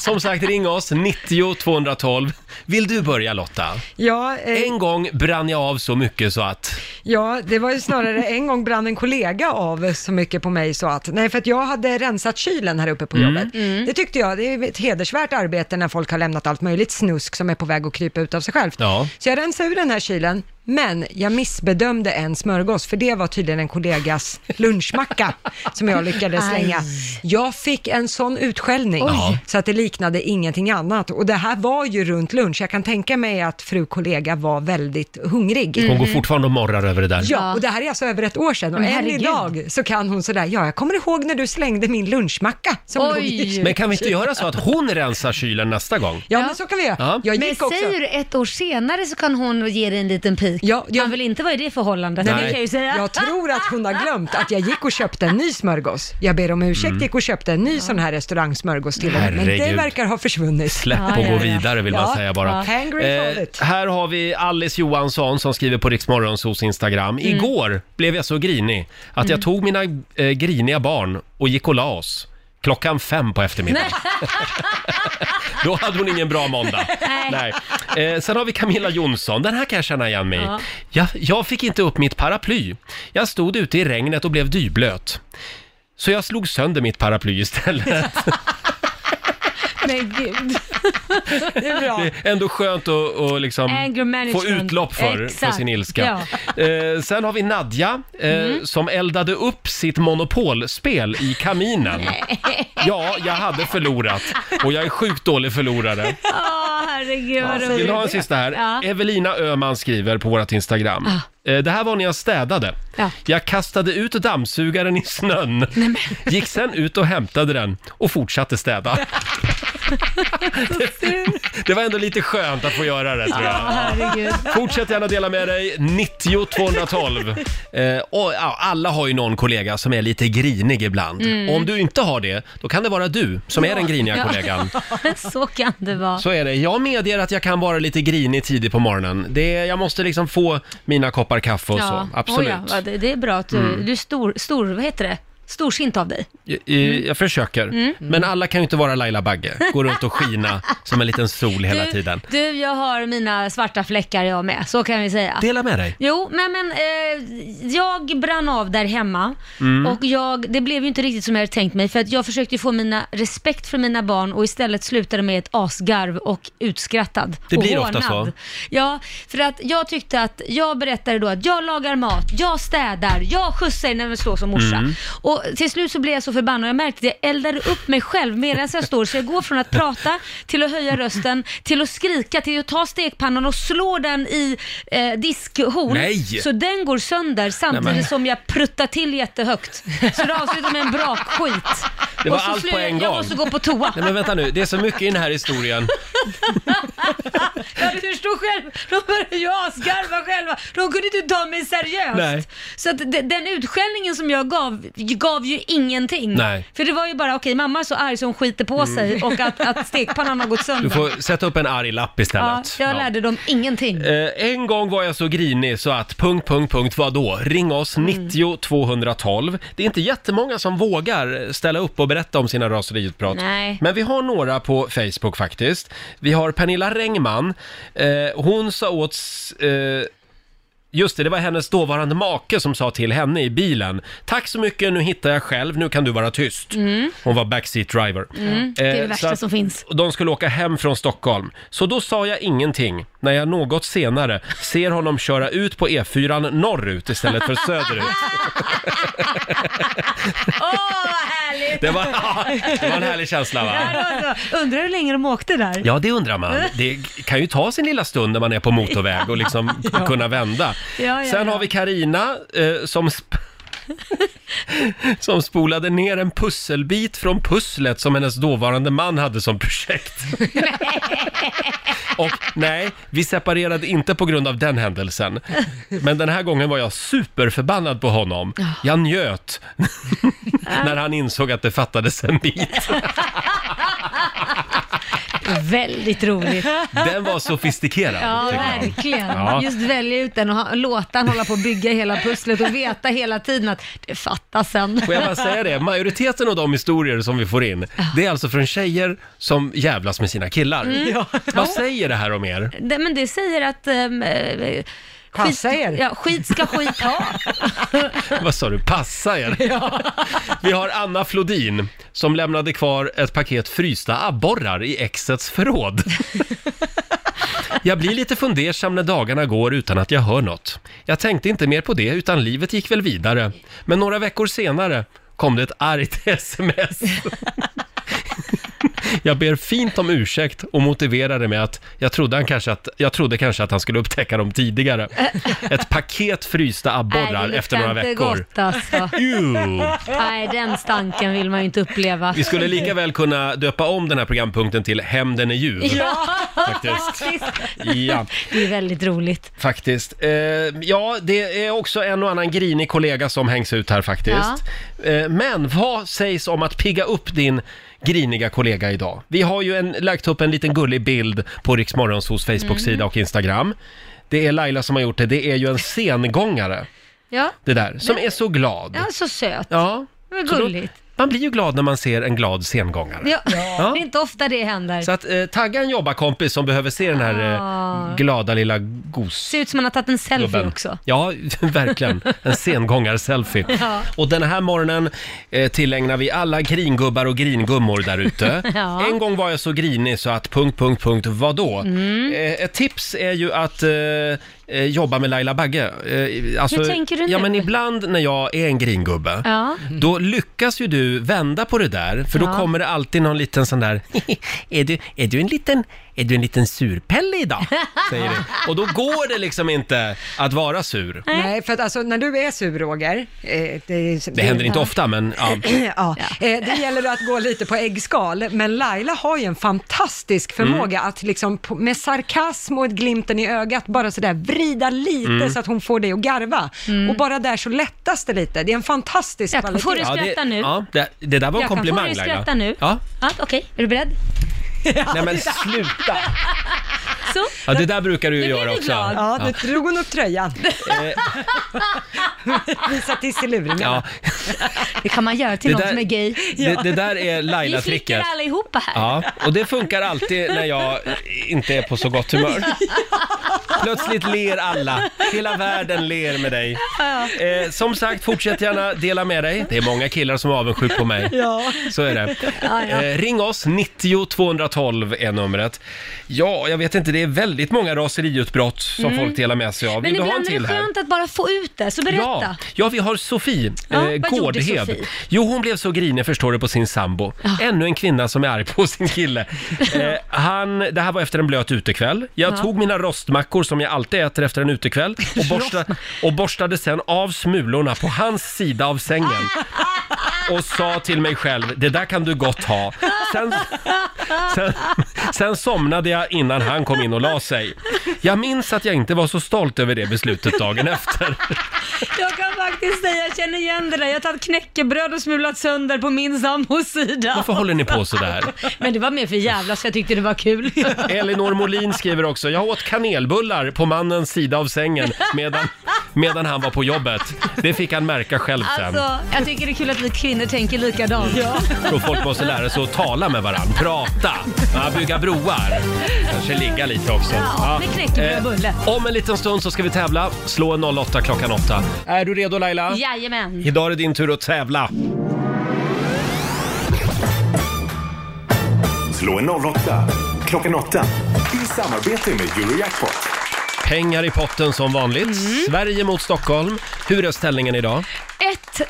Speaker 1: Som sagt, ring oss, 90 212. Vill du börja Lotta?
Speaker 2: Ja, eh,
Speaker 1: En gång brann jag av så mycket så att...
Speaker 2: Ja, det var ju snarare en gång brann en kollega av så mycket på mig så att, nej för att jag hade rensat kylen här uppe
Speaker 1: Mm.
Speaker 2: på jobbet. Det tyckte jag, det är ett hedersvärt arbete när folk har lämnat allt möjligt snusk som är på väg att krypa ut av sig självt.
Speaker 1: Ja.
Speaker 2: Så jag rensade ur den här kylen, men jag missbedömde en smörgås, för det var tydligen en kollegas lunchmacka som jag lyckades slänga. Jag fick en sån utskällning,
Speaker 1: Oj.
Speaker 2: så att det liknade ingenting annat. Och det här var ju runt lunch, jag kan tänka mig att fru kollega var väldigt hungrig.
Speaker 1: Hon
Speaker 3: Mm.
Speaker 1: går fortfarande och morrar över det där.
Speaker 2: Ja, och det här är alltså över ett år sedan och
Speaker 3: Men
Speaker 2: än
Speaker 3: herregud.
Speaker 2: idag så kan hon sådär, ja jag kommer ihåg när du slängde min lunchmacka som låg i-
Speaker 3: Oj.
Speaker 1: Men kan vi inte göra så att hon rensar kylen nästa gång?
Speaker 2: Ja, men så kan vi göra.
Speaker 1: Ja.
Speaker 2: Jag
Speaker 3: Men
Speaker 2: gick också.
Speaker 3: säger du ett år senare så kan hon ge dig en liten pik.
Speaker 2: Ja, jag-
Speaker 3: Han vill inte vara i det förhållandet,
Speaker 1: Nej.
Speaker 3: det kan jag ju säga.
Speaker 2: Jag tror att hon har glömt att jag gick och köpte en ny smörgås. Jag ber om ursäkt, gick och köpte en ny sån här restaurangsmörgås till henne, men det
Speaker 1: Mm. Herregud.
Speaker 2: verkar ha försvunnit.
Speaker 1: Släpp
Speaker 3: Ja,
Speaker 1: och gå
Speaker 3: ja, ja.
Speaker 1: vidare vill man
Speaker 2: Ja,
Speaker 1: säga bara. Eh,
Speaker 2: ja. Hangry for it.
Speaker 1: här har vi Alice Johansson som skriver på Riksmorgonsos Instagram. Igår blev jag så grinig att jag tog mina eh, griniga barn och gick och la oss. Klockan fem på eftermiddagen. Då hade hon ingen bra måndag. Nej. Eh, sen har vi Camilla Jonsson. Den här kan jag känna igen mig i. jag, jag fick inte upp mitt paraply. Jag stod ute i regnet och blev dyblöt. Så jag slog sönder mitt paraply istället.
Speaker 3: Men gud.
Speaker 2: Det är bra.
Speaker 1: Det är ändå skönt att, att liksom
Speaker 3: Anger management.
Speaker 1: få utlopp för, för
Speaker 3: Exakt.
Speaker 1: sin ilska. Eh, sen har vi Nadja eh,
Speaker 3: Mm.
Speaker 1: som eldade upp sitt monopolspel i kaminen. Ja, jag hade förlorat och jag är sjukt dålig förlorare.
Speaker 3: Åh, herregud vad
Speaker 1: Vill du ha en
Speaker 3: roligt.
Speaker 1: sista här?
Speaker 3: Ja. Ah.
Speaker 1: Evelina Öhman skriver på vårt Instagram. Eh, Det här var när jag städade.
Speaker 3: Ja.
Speaker 1: Jag kastade ut dammsugaren i snön, gick sen ut och hämtade den och fortsatte städa. det, det var ändå lite skönt att få göra det tror jag.
Speaker 3: Herregud.
Speaker 1: Eh, Fortsätt gärna dela med dig, 90 212. Eh, och, ja, alla har ju någon kollega som är lite grinig ibland. Och om du inte har det, då kan det vara du som är den griniga
Speaker 3: Mm. Ja.
Speaker 1: kollegan.
Speaker 3: Så kan det vara.
Speaker 1: Så är det. Jag medger att jag kan vara lite grinig tidigt på morgonen. Det, jag måste liksom få mina koppar kaffe och så. Absolut. Mm.
Speaker 3: Oj, Oh ja, det, det är bra att du, du är stor, stor, vad heter det? Storsint av dig.
Speaker 1: Jag, eh,
Speaker 3: Mm.
Speaker 1: jag- jag försöker. Men alla kan ju inte vara Laila Bagge. Gå runt och skina som en liten sol hela
Speaker 3: Du-
Speaker 1: tiden.
Speaker 3: Du, jag har mina svarta fläckar jag med, så kan vi säga.
Speaker 1: Dela med dig.
Speaker 3: Jo, men, men eh, jag brann av där hemma
Speaker 1: Mm.
Speaker 3: och jag, det blev ju inte riktigt som jag hade tänkt mig för att jag försökte ju få mina respekt för mina barn och istället slutade med ett asgarv och utskrattad
Speaker 1: Det
Speaker 3: och
Speaker 1: blir ofta
Speaker 3: hånad.
Speaker 1: så.
Speaker 3: Ja, för att jag tyckte
Speaker 1: Mm.
Speaker 3: att jag berättade då att jag lagar mat, jag städar, jag skjutsar när vi slår som morsa. Och Och till slut så blev jag så förbannad, jag märkte att jag eldade upp mig själv medan jag står, så jag går från att prata till att höja rösten, till att skrika, till att ta stekpannan och slå den i eh, diskhon.
Speaker 1: Nej!
Speaker 3: Så den går sönder samtidigt
Speaker 1: Nej, men-
Speaker 3: som jag pruttar till jättehögt. Så det avslutar med en brakskit.
Speaker 1: Det var
Speaker 3: Och så
Speaker 1: allt
Speaker 3: slår
Speaker 1: på
Speaker 3: jag-
Speaker 1: en gång.
Speaker 3: Jag måste gå på toa.
Speaker 1: Nej men vänta nu, det är så mycket i den här historien.
Speaker 3: Ja, du förstår själv, de började ju asgarva själva. De kunde inte ta mig seriöst.
Speaker 1: Nej.
Speaker 3: Så att de- den utskällningen som jag gav, gav ju ingenting.
Speaker 1: Nej. Mm.
Speaker 3: För det var ju bara, okej mamma är så arg så hon skiter på sig och att, att stekpannan har gått sönder.
Speaker 1: Du får sätta upp en arg lapp
Speaker 3: ja,
Speaker 1: istället.
Speaker 3: jag
Speaker 1: Ja.
Speaker 3: lärde dem ingenting.
Speaker 1: Eh, en gång var jag så grinig så att... Punkt, punkt, punkt, vad då? Ring oss
Speaker 3: Mm.
Speaker 1: 90 212. Det är inte jättemånga som vågar ställa upp och berätta om sina raseriutbrott.
Speaker 3: Nej.
Speaker 1: Men vi har några på Facebook faktiskt. Vi har Pernilla Rengman. Eh, hon sa åt... s- Eh, Just det, det var hennes dåvarande make som sa till henne i bilen. Tack så mycket, nu hittar jag själv, nu kan du vara tyst. Hon var backseat driver.
Speaker 3: Mm. det
Speaker 1: Eh,
Speaker 3: är det
Speaker 1: så
Speaker 3: värsta
Speaker 1: att-
Speaker 3: som finns.
Speaker 1: och de skulle åka hem från Stockholm. Så då sa jag ingenting när jag något senare ser honom köra ut på E4 norrut istället för söderut.
Speaker 3: Åh, vad härligt!
Speaker 1: Det var, det var en härlig känsla va?
Speaker 3: Ja, då, då. Undrar hur länge de åkte där.
Speaker 1: Ja, det undrar man. Det kan ju ta sin lilla stund när man är på motorväg och liksom kunna vända.
Speaker 3: Ja, ja,
Speaker 1: Sen
Speaker 3: ja.
Speaker 1: har vi Karina eh, som, sp- som spolade ner en pusselbit från pusslet som hennes dåvarande man hade som projekt. och nej, vi separerade inte på grund av den händelsen. Men den här gången var jag superförbannad på honom.
Speaker 3: Ah.
Speaker 1: Jag njöt när han insåg att det fattades en bit.
Speaker 3: Väldigt roligt.
Speaker 1: Den var sofistikerad.
Speaker 3: Ja,
Speaker 1: tycker jag.
Speaker 3: verkligen.
Speaker 1: Ja.
Speaker 3: Just välja ut den och ha, låta han hålla på och bygga hela pusslet och veta hela tiden att det fattas sen.
Speaker 1: Får jag bara säga det, majoriteten av de historier som vi får in, det är alltså från tjejer som jävlas med sina killar. Vad säger det här om er?
Speaker 3: Det, men det säger att... ehm, eh,
Speaker 2: Passa er.
Speaker 3: Ja, skit ska skit ha.
Speaker 1: Vad sa du, passa er? Vi har Anna Flodin som lämnade kvar ett paket frysta abborrar i exets förråd. Jag blir lite fundersam när dagarna går utan att jag hör något. Jag tänkte inte mer på det utan livet gick väl vidare. Men några veckor senare kom det ett argt sms. Jag ber fint om ursäkt och motiverar det med att jag trodde, han kanske att jag trodde kanske att han skulle upptäcka dem tidigare. Ett paket frysta abborrar
Speaker 3: Nej, det
Speaker 1: efter några
Speaker 3: luktar inte
Speaker 1: veckor.
Speaker 3: Gott, alltså.
Speaker 1: Ew.
Speaker 3: Nej, den stanken vill man ju inte uppleva.
Speaker 1: Vi skulle lika väl kunna döpa om den här programpunkten till Hämnden är djur.
Speaker 3: Ja,
Speaker 1: Faktiskt. Ja,
Speaker 3: det är väldigt roligt.
Speaker 1: faktiskt. Eh, ja, det är också en och annan grinig kollega som hängs ut här faktiskt. Eh, men vad sägs om att pigga upp din griniga kollega idag? Vi har ju en, lagt upp en liten gullig bild på Riksmorgonsos
Speaker 3: Mm.
Speaker 1: Facebook-sida och Instagram. Det är Laila som har gjort det. Det är ju en sengångare,
Speaker 3: Ja,
Speaker 1: det där, som är så glad.
Speaker 3: ja så söt.
Speaker 1: Ja.
Speaker 3: Men
Speaker 1: Så då-
Speaker 3: gulligt.
Speaker 1: Man blir ju glad när man ser en glad sengångare.
Speaker 3: Ja. Det är inte ofta det händer.
Speaker 1: Så att eh, tagga en jobbarkompis som behöver se den här eh,
Speaker 3: Ah.
Speaker 1: glada lilla
Speaker 3: Ser ut som man har tagit en selfie
Speaker 1: gosgubben.
Speaker 3: också.
Speaker 1: Ja, verkligen. En sengångar-selfie.
Speaker 3: Ja.
Speaker 1: Och den här morgonen eh, tillägnar vi alla gringubbar och gringummor där ute.
Speaker 3: Ja.
Speaker 1: En gång var jag så grinig så att... Punkt, punkt, punkt, vadå?
Speaker 3: Mm.
Speaker 1: Eh, ett tips är ju att eh, eh, jobba med Laila Bagge. Eh, alltså,
Speaker 3: Hur tänker du
Speaker 1: Ja,
Speaker 3: nu?
Speaker 1: men ibland när jag är en gringubbe,
Speaker 3: Ja.
Speaker 1: då lyckas ju du vända på det där, för då
Speaker 3: Ja.
Speaker 1: kommer det alltid någon liten sån där, är du, är du en liten, är du en liten surpelle idag? Säger det. Och då går det liksom inte att vara sur.
Speaker 2: Nej, för att alltså, när du är sur Roger, eh, det, är-
Speaker 1: Det händer inte ofta, men ja.
Speaker 2: ja. eh, Det gäller att gå lite på äggskal, men Laila har ju en fantastisk förmåga
Speaker 1: Mm.
Speaker 2: att liksom på- med sarkasm och ett glimten i ögat bara sådär vrida lite
Speaker 1: Mm.
Speaker 2: så att hon får dig att garva. Och bara där så lättas det lite. Det är en fantastisk
Speaker 3: Jag
Speaker 2: kvalitet.
Speaker 3: får det
Speaker 1: Ja,
Speaker 3: Skratta
Speaker 1: det,
Speaker 3: nu.
Speaker 1: ja, det, det där var en
Speaker 3: Jag kan få dig
Speaker 1: komplimang
Speaker 3: att
Speaker 1: Laila.
Speaker 3: skratta nu.
Speaker 1: Ja,
Speaker 3: Ja, Okej, är du beredd?
Speaker 1: nej men sluta.
Speaker 3: Så.
Speaker 1: Ja, det där brukar du ju
Speaker 3: Nu blir
Speaker 1: göra
Speaker 3: du
Speaker 1: också.
Speaker 3: glad.
Speaker 2: Ja, nu drog hon upp tröjan. Visa tillsiluringen.
Speaker 1: Eh. Ja,
Speaker 3: Det kan man göra till
Speaker 1: Det
Speaker 3: någon
Speaker 1: där-
Speaker 3: som är gay.
Speaker 1: det, det där är
Speaker 3: Vi flickor
Speaker 1: Laila-tricket.
Speaker 3: allihopa här.
Speaker 1: Ja, och det funkar alltid när jag inte är på så gott humör. Plötsligt ler alla. Hela världen ler med dig. Eh, som sagt, fortsätt gärna dela med dig. Det är många killar som är avundsjuka på mig.
Speaker 8: Ja.
Speaker 1: Så är det.
Speaker 3: Ja, ja.
Speaker 1: Eh, ring oss, 90 212 är numret. Ja, jag vet inte, det är väldigt många raseriutbrott som folk delar med sig av. Vill
Speaker 3: Mm. Men
Speaker 1: du ha en
Speaker 3: ibland är
Speaker 1: till
Speaker 3: det
Speaker 1: här?
Speaker 3: skönt att bara få ut det, så
Speaker 1: Ja,
Speaker 3: berätta.
Speaker 1: ja, vi har Sofie
Speaker 3: Ja,
Speaker 1: eh,
Speaker 3: vad gjorde
Speaker 1: Gårdhed.
Speaker 3: Sofie?
Speaker 1: Jo, hon blev så grinig förstår du på sin sambo. Ännu en kvinna som är arg på sin kille. Eh, han, det här var efter en blöt utekväll. Jag tog mina rostmackor som jag alltid äter efter en utekväll och, borsta, och borstade sen av smulorna på hans sida av sängen. Och sa till mig själv, det där kan du gott ha. Sen, sen, sen somnade jag innan han kom in och la sig. Jag minns att jag inte var så stolt över det beslutet dagen efter.
Speaker 3: Jag kan faktiskt säga, jag känner igen det där. Jag har tagit knäckebröd och smulat sönder på min sambos sida.
Speaker 1: Varför håller ni på sådär?
Speaker 3: Men det var mer för jävla så jag tyckte det var kul.
Speaker 1: Elinor Molin skriver också, jag åt kanelbullar på mannens sida av sängen medan, medan han var på jobbet. Det fick han märka själv sen.
Speaker 3: Alltså, jag tycker det är kul att vi kvinnor tänker likadant.
Speaker 1: Och folk måste lära sig att tala med varandra, prata, ja, bygga broar, kanske ligga lite också. Eh,
Speaker 3: Ja, med knäckebröd och bulle.
Speaker 1: om en liten stund så ska vi tävla. Slå en 08 klockan 8. Är du redo Laila?
Speaker 3: Jajamän.
Speaker 1: Idag är det din tur att tävla.
Speaker 4: Slå en 08 klockan 8 i samarbete med Eurojackpot.
Speaker 1: Pengar i potten som vanligt.
Speaker 3: Mm.
Speaker 1: Sverige mot Stockholm. Hur är ställningen idag?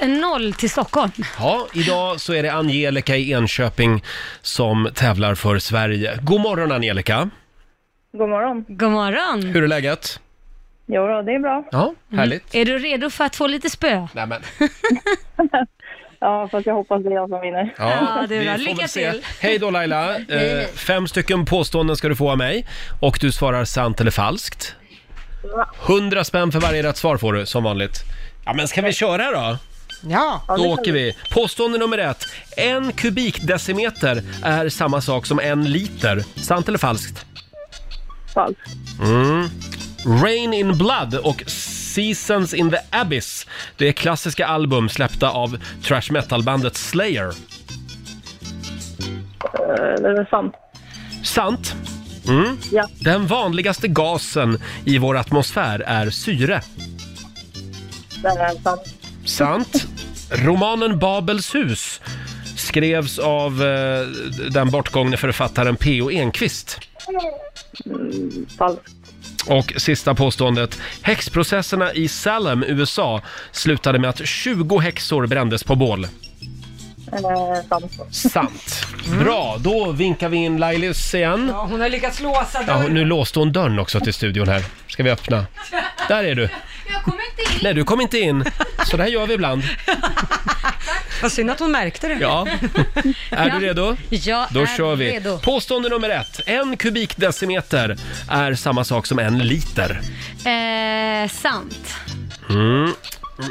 Speaker 3: 1-0 till Stockholm.
Speaker 1: Ja, idag så är det Angelica i Enköping som tävlar för Sverige. God morgon Angelica!
Speaker 6: God morgon.
Speaker 3: God morgon.
Speaker 1: Hur är läget?
Speaker 6: Jo då, det är bra.
Speaker 1: Ja, härligt.
Speaker 3: Är du redo för att få lite spö?
Speaker 1: Nej, men,
Speaker 6: Ja, fast jag hoppas det är jag som vinner.
Speaker 3: Ja, det är
Speaker 1: vi
Speaker 3: bra.
Speaker 1: får väl
Speaker 3: Lycka
Speaker 1: se.
Speaker 3: till.
Speaker 1: Hej då Laila! Eh, fem stycken påståenden ska du få av mig och du svarar sant eller falskt. 100 spänn för varje rätt svar får du, som vanligt. Ja, men ska vi köra då?
Speaker 2: Ja,
Speaker 1: Då åker vi. Påstående nummer ett. En kubikdecimeter är samma sak som en liter. Sant eller falskt?
Speaker 6: Falskt.
Speaker 1: Rain in Blood och Seasons in the Abyss. Det är klassiska album släppta av trash metal-bandet Slayer.
Speaker 6: Eh, Det är sant.
Speaker 1: Sant? Mm.
Speaker 6: Ja.
Speaker 1: Den vanligaste gasen i vår atmosfär är syre.
Speaker 6: Det är sant.
Speaker 1: Sant. Romanen Babels hus skrevs av eh, den bortgångne författaren P.O. Enquist.
Speaker 6: Falskt.
Speaker 1: Och sista påståendet. Häxprocesserna i Salem, USA slutade med att 20 häxor brändes på bål.
Speaker 6: Eh, Sant.
Speaker 1: Sant. Bra, då vinkar vi in Lailis igen.
Speaker 2: ja hon har lyckats låsa
Speaker 1: Ja,
Speaker 2: dörren.
Speaker 1: nu låste hon dörren också till studion här. Ska vi öppna? Där är du.
Speaker 3: Jag kommer inte in.
Speaker 1: Nej, du kom inte in. Så det här gör vi ibland.
Speaker 2: Vad synd att hon märkte det.
Speaker 1: Ja. Är du redo?
Speaker 3: Jag
Speaker 1: Då
Speaker 3: är
Speaker 1: kör vi.
Speaker 3: redo.
Speaker 1: Påstående nummer ett. En kubikdecimeter är samma sak som en liter.
Speaker 3: Eh, sant.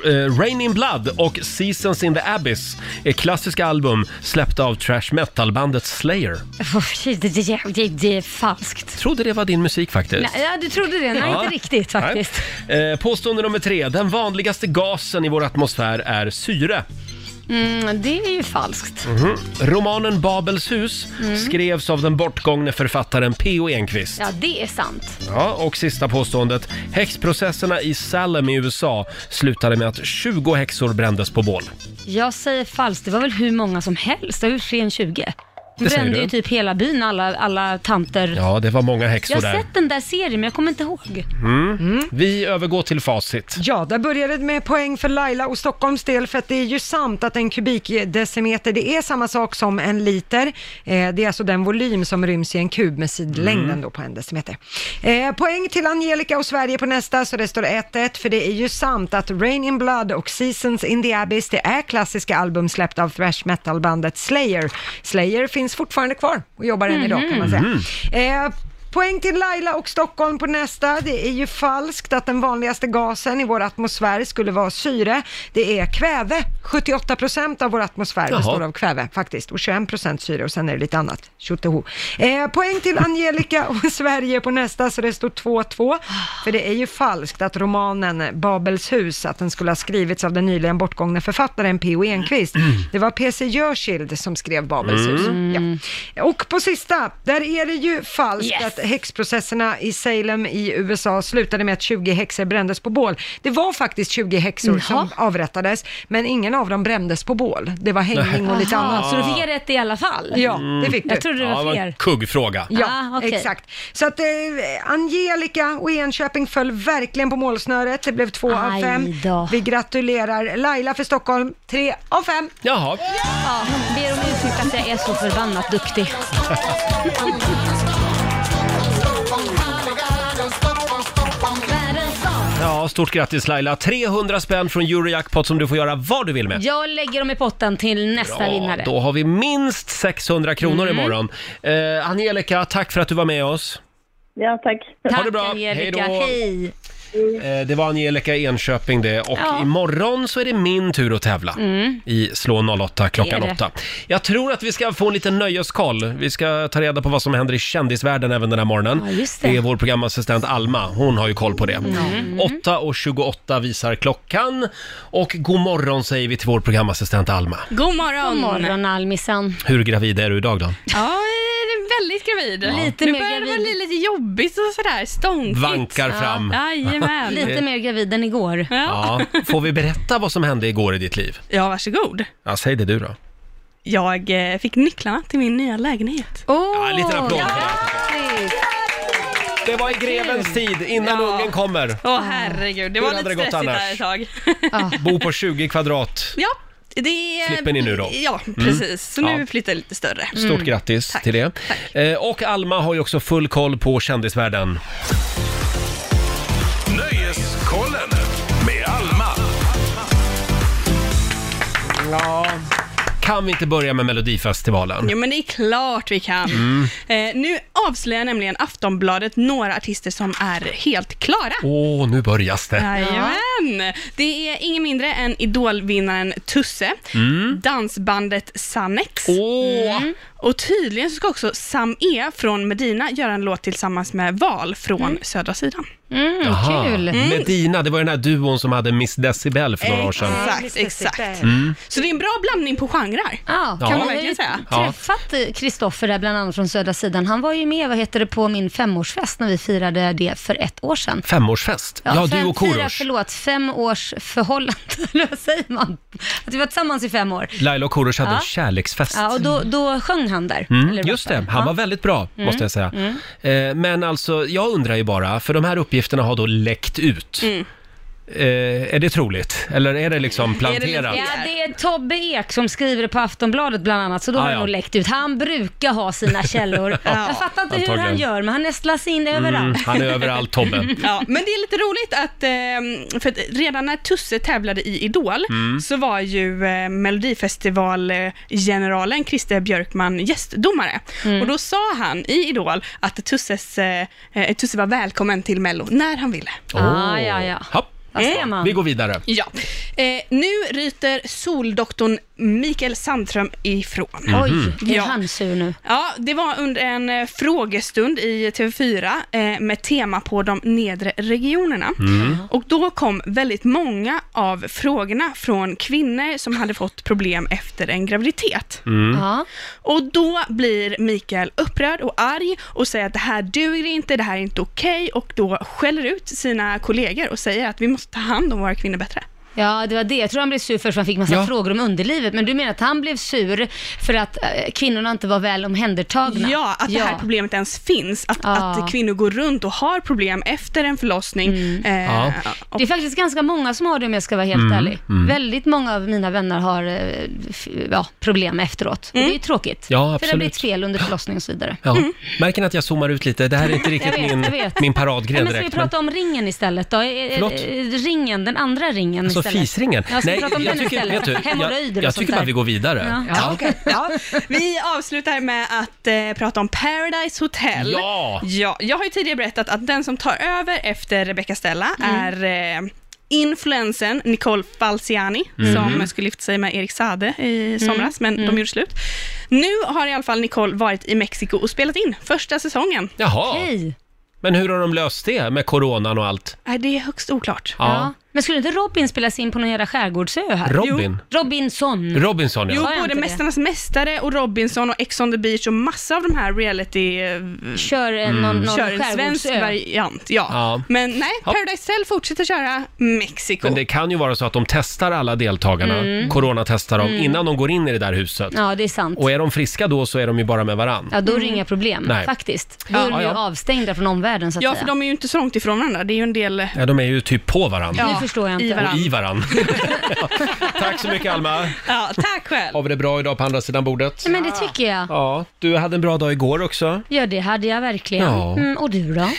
Speaker 1: Eh, Rain in Blood och Seasons in the Abyss är klassiska album släppta av trash metal-bandet Slayer.
Speaker 3: Uff, Det, det, det, det, det är falskt.
Speaker 1: Trodde det var din musik faktiskt.
Speaker 3: Nej, ja, du trodde det. Nej,
Speaker 1: Ja.
Speaker 3: inte riktigt faktiskt.
Speaker 1: Nej. Eh, Påstående nummer tre. Den vanligaste gasen i vår atmosfär är syre.
Speaker 3: Mm, det är ju falskt.
Speaker 1: Mm. Romanen Babels hus skrevs av den bortgångne författaren P.O. Enquist.
Speaker 3: Mm. Ja, det är sant.
Speaker 1: Ja, och sista påståendet. Häxprocesserna i Salem i USA slutade med att 20 häxor brändes på bål.
Speaker 3: Jag säger falskt. Det var väl hur många som helst? Det var ju fler än 20. De
Speaker 1: Det säger
Speaker 3: brände
Speaker 1: du.
Speaker 3: ju typ hela byn, alla, alla tanter.
Speaker 1: Ja, det var många
Speaker 3: jag
Speaker 1: häxor
Speaker 3: har
Speaker 1: där.
Speaker 3: sett den där serien, men jag kommer inte ihåg.
Speaker 1: Vi övergår till facit.
Speaker 2: Ja, där började det med poäng för Laila och Stockholms del för att det är ju sant att en kubikdecimeter det är samma sak som en liter. Eh, det är alltså den volym som ryms i en kub med sidlängden då på en decimeter. Eh, poäng till Angelica och Sverige på nästa så det står 1-1 för det är ju sant att Rain in Blood och Seasons in the Abyss det är klassiska album släppta av thrash metal-bandet Slayer. Slayer finns fortfarande kvar och jobbar än idag kan man säga. Eh, Poäng till Laila och Stockholm på nästa. Det är ju falskt att den vanligaste gasen i vår atmosfär skulle vara syre. Det är kväve 78 procent av vår atmosfär
Speaker 1: Jaha.
Speaker 2: består av kväve faktiskt och 21 procent syre och sen är det lite annat. Tjottaho. Eh, poäng till Angelica och Sverige på nästa så det står 2-2. För det är ju falskt att romanen Babels hus, att den skulle ha skrivits av den nyligen bortgångne författaren P.O. Enquist. Det var P.C. Jersild som skrev Babels hus. Ja. Och på sista, där är det ju falskt
Speaker 3: Yes.
Speaker 2: att häxprocesserna i Salem i USA slutade med att 20 häxor brändes på bål. Det var faktiskt 20 häxor som avrättades, men ingen av dem brändes på bål. Det var hängning och lite
Speaker 3: Jaha,
Speaker 2: annat.
Speaker 3: så du fick jag rätt i alla fall?
Speaker 2: Ja, det fick du.
Speaker 3: mm. Jag trodde det
Speaker 1: Ja, det
Speaker 3: var
Speaker 1: var en
Speaker 3: fler.
Speaker 1: kuggfråga.
Speaker 2: Ja,
Speaker 3: Ah, okej.
Speaker 2: exakt. Så att eh, Angelica och Enköping föll verkligen på målsnöret. Det blev två av
Speaker 3: Aj
Speaker 2: fem.
Speaker 3: då.
Speaker 2: Vi gratulerar Laila för Stockholm, tre av fem.
Speaker 1: Jaha.
Speaker 3: Ja, ber om ursäkt för att jag är så förbannat duktig.
Speaker 1: Ja, stort grattis Laila. 300 spänn från Eurojackpot som du får göra vad du vill med.
Speaker 3: Jag lägger dem i potten till nästa vinnare. Mm.
Speaker 1: då har vi minst 600 kronor imorgon. Eh, Angelica, tack för att du var med oss.
Speaker 6: Ja, tack.
Speaker 3: Tack
Speaker 1: det bra.
Speaker 3: Angelica,
Speaker 1: Hej då.
Speaker 3: hej.
Speaker 1: Eh, det var Angelica i Enköping det och
Speaker 3: Ja. Mm.
Speaker 1: imorgon så är det min tur att tävla i Slå 08 klockan
Speaker 3: Det är det.
Speaker 1: 8. Jag tror att vi ska få en liten nöjeskoll. Vi ska ta reda på vad som händer i kändisvärlden även den här morgonen.
Speaker 3: Ja, just det. Mm.
Speaker 1: är vår programassistent Alma, hon har ju koll på det. Mm. 8.28 visar klockan och god morgon säger vi till vår programassistent Alma.
Speaker 7: God
Speaker 3: God
Speaker 7: morgon!
Speaker 3: morgon Almisan.
Speaker 1: Hur gravid är du idag då?
Speaker 7: Ja, jag är väldigt gravid.
Speaker 3: Lite
Speaker 7: nu
Speaker 3: mer
Speaker 7: börjar det vara
Speaker 3: gravid.
Speaker 7: lite jobbigt och sådär stånkigt.
Speaker 1: Vankar fram.
Speaker 7: Jajamän.
Speaker 3: Lite mer gravid än igår.
Speaker 7: Ja.
Speaker 1: Ja, får vi berätta vad som hände igår i ditt liv?
Speaker 7: ja, varsågod.
Speaker 1: Ja, säg det du då.
Speaker 7: Jag eh, fick nycklarna till min nya lägenhet.
Speaker 3: Oh,
Speaker 1: Ja, en liten applåd.
Speaker 3: grattis.
Speaker 1: Det var i grevens tid, innan
Speaker 7: Ja.
Speaker 1: ungen kommer.
Speaker 7: Åh herregud, det
Speaker 1: Hur
Speaker 7: var
Speaker 1: hade
Speaker 7: lite
Speaker 1: det gått
Speaker 7: stressigt där ett tag.
Speaker 1: Bo på 20 kvadrat.
Speaker 7: ja, det...
Speaker 1: Slipper ni nu då? Mm.
Speaker 7: Ja, precis. Så nu
Speaker 1: Ja.
Speaker 7: flyttar jag lite större.
Speaker 1: Stort
Speaker 3: Mm.
Speaker 1: grattis till det. Eh, och Alma har ju också full koll på kändisvärlden.
Speaker 4: Nöjeskollen med Alma.
Speaker 1: Kan vi inte börja med Melodifestivalen?
Speaker 7: Jo, men det är klart vi kan. Eh, nu avslöjar nämligen Aftonbladet några artister som är helt klara.
Speaker 1: Åh, nu börjas det.
Speaker 7: Jajamän! Det är ingen mindre än idolvinnaren Tusse, dansbandet Sannex
Speaker 1: Åh!
Speaker 3: Mm,
Speaker 7: och tydligen så ska också Sam E från Medina göra en låt tillsammans med Val från Södra sidan.
Speaker 3: Mm, Eh,
Speaker 1: Jaha.
Speaker 3: kul.
Speaker 1: Medina, det var ju den här duon som hade Miss Decibel för några år sedan.
Speaker 7: Exakt,
Speaker 2: Mr.
Speaker 7: exakt.
Speaker 2: Sitter.
Speaker 7: Så det är en bra blandning på genrer.
Speaker 3: Ja,
Speaker 1: Ja.
Speaker 3: kan
Speaker 1: man
Speaker 3: man
Speaker 7: verkligen säga.
Speaker 1: Ja.
Speaker 3: träffat eh, Kristoffer där bland annat från södra sidan. Han var ju med, vad heter det, på min femårsfest när vi firade det för ett år sedan.
Speaker 1: Femårsfest. Ja, du
Speaker 3: fem-
Speaker 1: och
Speaker 3: Fyra,
Speaker 1: Korosh.
Speaker 3: förlåt, fem års förhållande, eller vad säger man? Att vi var tillsammans i fem år.
Speaker 1: Laila och Korosh hade
Speaker 3: Ja.
Speaker 1: en kärleksfest.
Speaker 3: Ja, och då, då sjöng han där.
Speaker 1: Mm,
Speaker 3: eller
Speaker 1: just det,
Speaker 3: rappade.
Speaker 1: han var väldigt bra
Speaker 3: Mm.
Speaker 1: måste jag säga. Eh, men alltså, jag undrar ju bara, för de här uppgifterna har då läckt ut.
Speaker 3: Mm.
Speaker 1: Eh, är det troligt? Eller är det liksom planterat?
Speaker 3: Ja, det är Tobbe Ek som skriver det på Aftonbladet bland annat, så då
Speaker 1: Ah,
Speaker 3: har det
Speaker 1: ja.
Speaker 3: nog läckt ut. Han brukar ha sina källor. Jag fattar inte hur
Speaker 1: Antagligen.
Speaker 3: han gör, men han nästlas in överallt.
Speaker 1: Mm, Han är överallt, Tobbe.
Speaker 7: Ja, men det är lite roligt att, eh, för att redan när Tusse tävlade i Idol så var ju eh, Melodifestivalgeneralen Christer Björkman gästdomare.
Speaker 3: Mm.
Speaker 7: Och då sa han i Idol att Tusses, eh, eh, Tusse var välkommen till Mello när han ville.
Speaker 3: Ah, ja, ja.
Speaker 1: Hopp.
Speaker 3: Vad ska man?
Speaker 1: Vi går
Speaker 3: Mm.
Speaker 1: vidare.
Speaker 7: Ja. Eh, nu ryter soldoktorn Mikael Sandström ifrån.
Speaker 3: Oj, är
Speaker 7: Ja.
Speaker 3: han sur nu?
Speaker 7: Ja, det var under en eh, frågestund i TV4 eh, med tema på de nedre regionerna. Och då kom väldigt många av frågorna från kvinnor som hade fått problem efter en graviditet.
Speaker 1: Mm.
Speaker 3: Ja.
Speaker 7: Och då blir Mikael upprörd och arg och säger att det här duger inte, det här är inte okej och då skäller ut sina kollegor och säger att vi måste ta hand om våra kvinnor bättre.
Speaker 3: Ja, det var det. Jag tror han blev sur för att han fick massa
Speaker 1: Ja.
Speaker 3: frågor om underlivet. Men du menar att han blev sur för att eh, kvinnorna inte var väl omhändertagna?
Speaker 7: Ja, att det här problemet ens finns. Att,
Speaker 3: Ja.
Speaker 7: att kvinnor går runt och har problem efter en förlossning. Eh,
Speaker 1: Ja.
Speaker 7: och-
Speaker 3: Det är faktiskt ganska många som har det om jag ska vara
Speaker 1: Mm,
Speaker 3: helt ärlig. Väldigt många av mina vänner har eh, f- ja, problem efteråt. Och det är ju tråkigt.
Speaker 1: Ja,
Speaker 3: För det har
Speaker 1: absolut.
Speaker 3: blivit fel under förlossningen och så vidare.
Speaker 1: Ja. Märker ni att jag zoomar ut lite? Det här är inte riktigt
Speaker 3: Jag vet, jag
Speaker 1: min,
Speaker 3: vet.
Speaker 1: min
Speaker 3: Nej,
Speaker 1: paradgren
Speaker 3: men ska vi
Speaker 1: direkt. Men,
Speaker 3: prata om ringen istället då? Eh, eh,
Speaker 1: Förlåt?
Speaker 3: eh, Ringen, den andra ringen
Speaker 1: alltså
Speaker 3: istället.
Speaker 1: fisringen?
Speaker 3: Ja, ska vi
Speaker 1: Nej,
Speaker 3: prata om
Speaker 1: jag
Speaker 3: den
Speaker 1: tycker,
Speaker 3: istället?
Speaker 1: vet du,
Speaker 3: Hemorrojder
Speaker 1: jag,
Speaker 3: och
Speaker 1: jag
Speaker 3: sånt
Speaker 1: tycker bara
Speaker 3: där.
Speaker 1: vi går vidare.
Speaker 3: Ja.
Speaker 1: Ja.
Speaker 7: Ja, vi avslutar med att eh, prata om Paradise Hotel.
Speaker 1: Ja.
Speaker 3: Mm.
Speaker 7: ja! Jag har ju tidigare berättat att den som tar över efter Rebecca Stella är eh, influensen Nicole Falciani, som skulle gifta sig med Erik Sade
Speaker 3: Mm.
Speaker 7: i somras, men de gjorde slut. Nu har i alla fall Nicole varit i Mexiko och spelat in första säsongen.
Speaker 1: Jaha,
Speaker 3: Hej.
Speaker 1: men hur har de löst det med coronan och allt?
Speaker 7: Nej, Äh, det är högst oklart.
Speaker 3: Ja. Men skulle inte Robin spelas in på någon jävla skärgårdsö här?
Speaker 1: Robin?
Speaker 3: Jo. Robinson.
Speaker 1: Robinson,
Speaker 7: Jo,
Speaker 1: ja.
Speaker 3: Har jag
Speaker 7: både
Speaker 3: inte det?
Speaker 7: Mästarnas Mästare och Robinson och Ex on the Beach och massa av de här reality... eh,
Speaker 3: Kör en, någon,
Speaker 1: Mm.
Speaker 3: någon
Speaker 7: Kör en svensk
Speaker 3: skärgårdsö.
Speaker 7: variant, ja.
Speaker 1: Ja.
Speaker 7: Men nej,
Speaker 1: Ja.
Speaker 7: Paradise Hotel fortsätter köra Mexiko.
Speaker 1: Men det kan ju vara så att de testar alla deltagarna, coronatestar dem, innan de går in i det där huset.
Speaker 3: Mm. Ja, det är sant.
Speaker 1: Och är de friska då så är de ju bara med varann.
Speaker 3: Ja, då
Speaker 7: Mm.
Speaker 3: är det inga problem
Speaker 1: Nej.
Speaker 3: faktiskt. Då är de ju
Speaker 1: Ja, ja.
Speaker 3: avstängda från omvärlden så att
Speaker 7: Ja,
Speaker 3: säga.
Speaker 7: för de är ju inte så långt ifrån varandra. Det är ju en del
Speaker 1: Ja, de är ju typ på varann.
Speaker 7: ja,
Speaker 3: förstår jag
Speaker 7: i
Speaker 3: inte.
Speaker 1: Och
Speaker 7: varandra.
Speaker 1: i varann. Tack så mycket Alma.
Speaker 7: Ja, tack själv.
Speaker 1: Har vi det bra idag på andra sidan bordet?
Speaker 3: Men det tycker jag.
Speaker 1: Ja, du hade en bra dag igår också.
Speaker 3: Ja, det hade jag verkligen.
Speaker 1: Ja.
Speaker 3: Mm, och du då?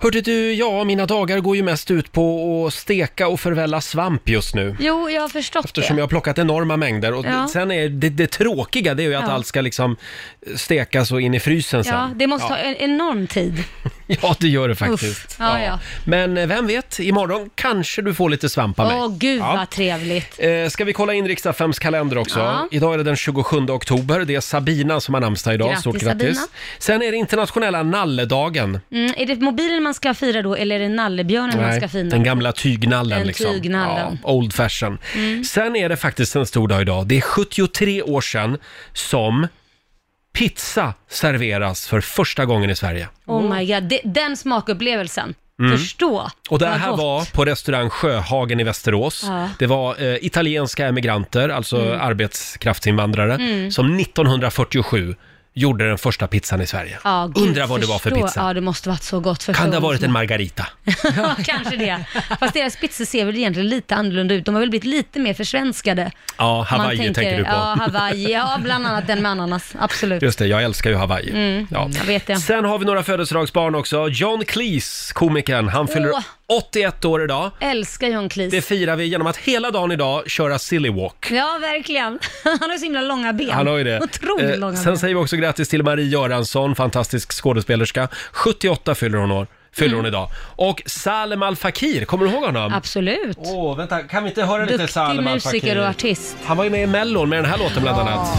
Speaker 1: Hörde du, ja, mina dagar går ju mest ut på att steka och förvälla svamp just nu.
Speaker 3: Jo, jag har förstått
Speaker 1: Eftersom
Speaker 3: det.
Speaker 1: jag har plockat enorma mängder och
Speaker 3: Ja.
Speaker 1: sen är det, det tråkiga det är ju att
Speaker 3: Ja.
Speaker 1: allt ska liksom stekas och in i frysen
Speaker 3: Ja,
Speaker 1: sen.
Speaker 3: det måste ha en enorm tid.
Speaker 1: Ja, det gör det faktiskt.
Speaker 3: Uff. Ja, ja.
Speaker 1: Men eh, vem vet, imorgon kanske du får lite svamp av mig.
Speaker 3: Åh, gud
Speaker 1: Ja.
Speaker 3: vad trevligt.
Speaker 1: Eh, ska vi kolla in riksdagsfems kalender också?
Speaker 3: Ja.
Speaker 1: Idag är det den 27 oktober. Det är Sabina som har namnsdag idag.
Speaker 3: Grattis,
Speaker 1: Stort grattis.
Speaker 3: Sabina.
Speaker 1: Sen är det internationella nalledagen.
Speaker 3: Mm, är det mobilen man ska fira då, eller är det nallebjörnen man ska fira?
Speaker 1: den gamla tygnallen.
Speaker 3: Den
Speaker 1: liksom.
Speaker 3: tygnallen. Mm.
Speaker 1: Ja, old fashion. Sen är det faktiskt en stor dag idag. Det är 73 år sedan som pizza serveras för första gången i Sverige.
Speaker 3: Oh my god, det, den smakupplevelsen. Förstå.
Speaker 1: Mm. Och det
Speaker 3: vad
Speaker 1: här
Speaker 3: gott.
Speaker 1: var på restaurang Sjöhagen i Västerås.
Speaker 3: Ja. Mm.
Speaker 1: Det var eh, italienska emigranter, alltså arbetskraftsinvandrare, som 1947 gjorde den första pizzan i Sverige.
Speaker 3: Ja, gud,
Speaker 1: Undra vad det var för
Speaker 3: förstå.
Speaker 1: pizza.
Speaker 3: Ja, det måste varit så gott. Förstå
Speaker 1: Kan det ha
Speaker 3: vad
Speaker 1: varit en margarita?
Speaker 3: Ja, kanske det. Fast deras pizzor ser väl egentligen lite annorlunda ut. De har väl blivit lite mer försvenskade.
Speaker 1: Ja, Hawaii
Speaker 3: Man
Speaker 1: tänker du på.
Speaker 3: Ja, Hawaii. Ja, bland annat den med ananas. Absolut.
Speaker 1: Just det, jag älskar ju Hawaii. Ja.
Speaker 3: Mm, Jag vet det.
Speaker 1: Sen har vi några födelsedagsbarn också. John Cleese, komikern, han fyller
Speaker 3: Åh.
Speaker 1: 81 år idag.
Speaker 3: Älskar John Cleese.
Speaker 1: Det firar vi genom att hela dagen idag köra silly walk.
Speaker 3: Ja, verkligen. Han har så himla långa ben.
Speaker 1: Han har ju det.
Speaker 3: Otroligt
Speaker 1: Eh,
Speaker 3: långa
Speaker 1: sen
Speaker 3: ben.
Speaker 1: säger vi också grattis till Marie Göransson, fantastisk skådespelerska. 78 fyller hon, år, fyller
Speaker 3: Mm.
Speaker 1: hon idag. Och Salem Al Fakir, kommer du ihåg honom?
Speaker 3: Absolut.
Speaker 1: Åh, vänta, kan vi inte höra lite
Speaker 3: Duktig
Speaker 1: Salem Al
Speaker 3: musiker och
Speaker 1: Fakir?
Speaker 3: artist.
Speaker 1: Han var ju med i Mellon med den här låten bland annat.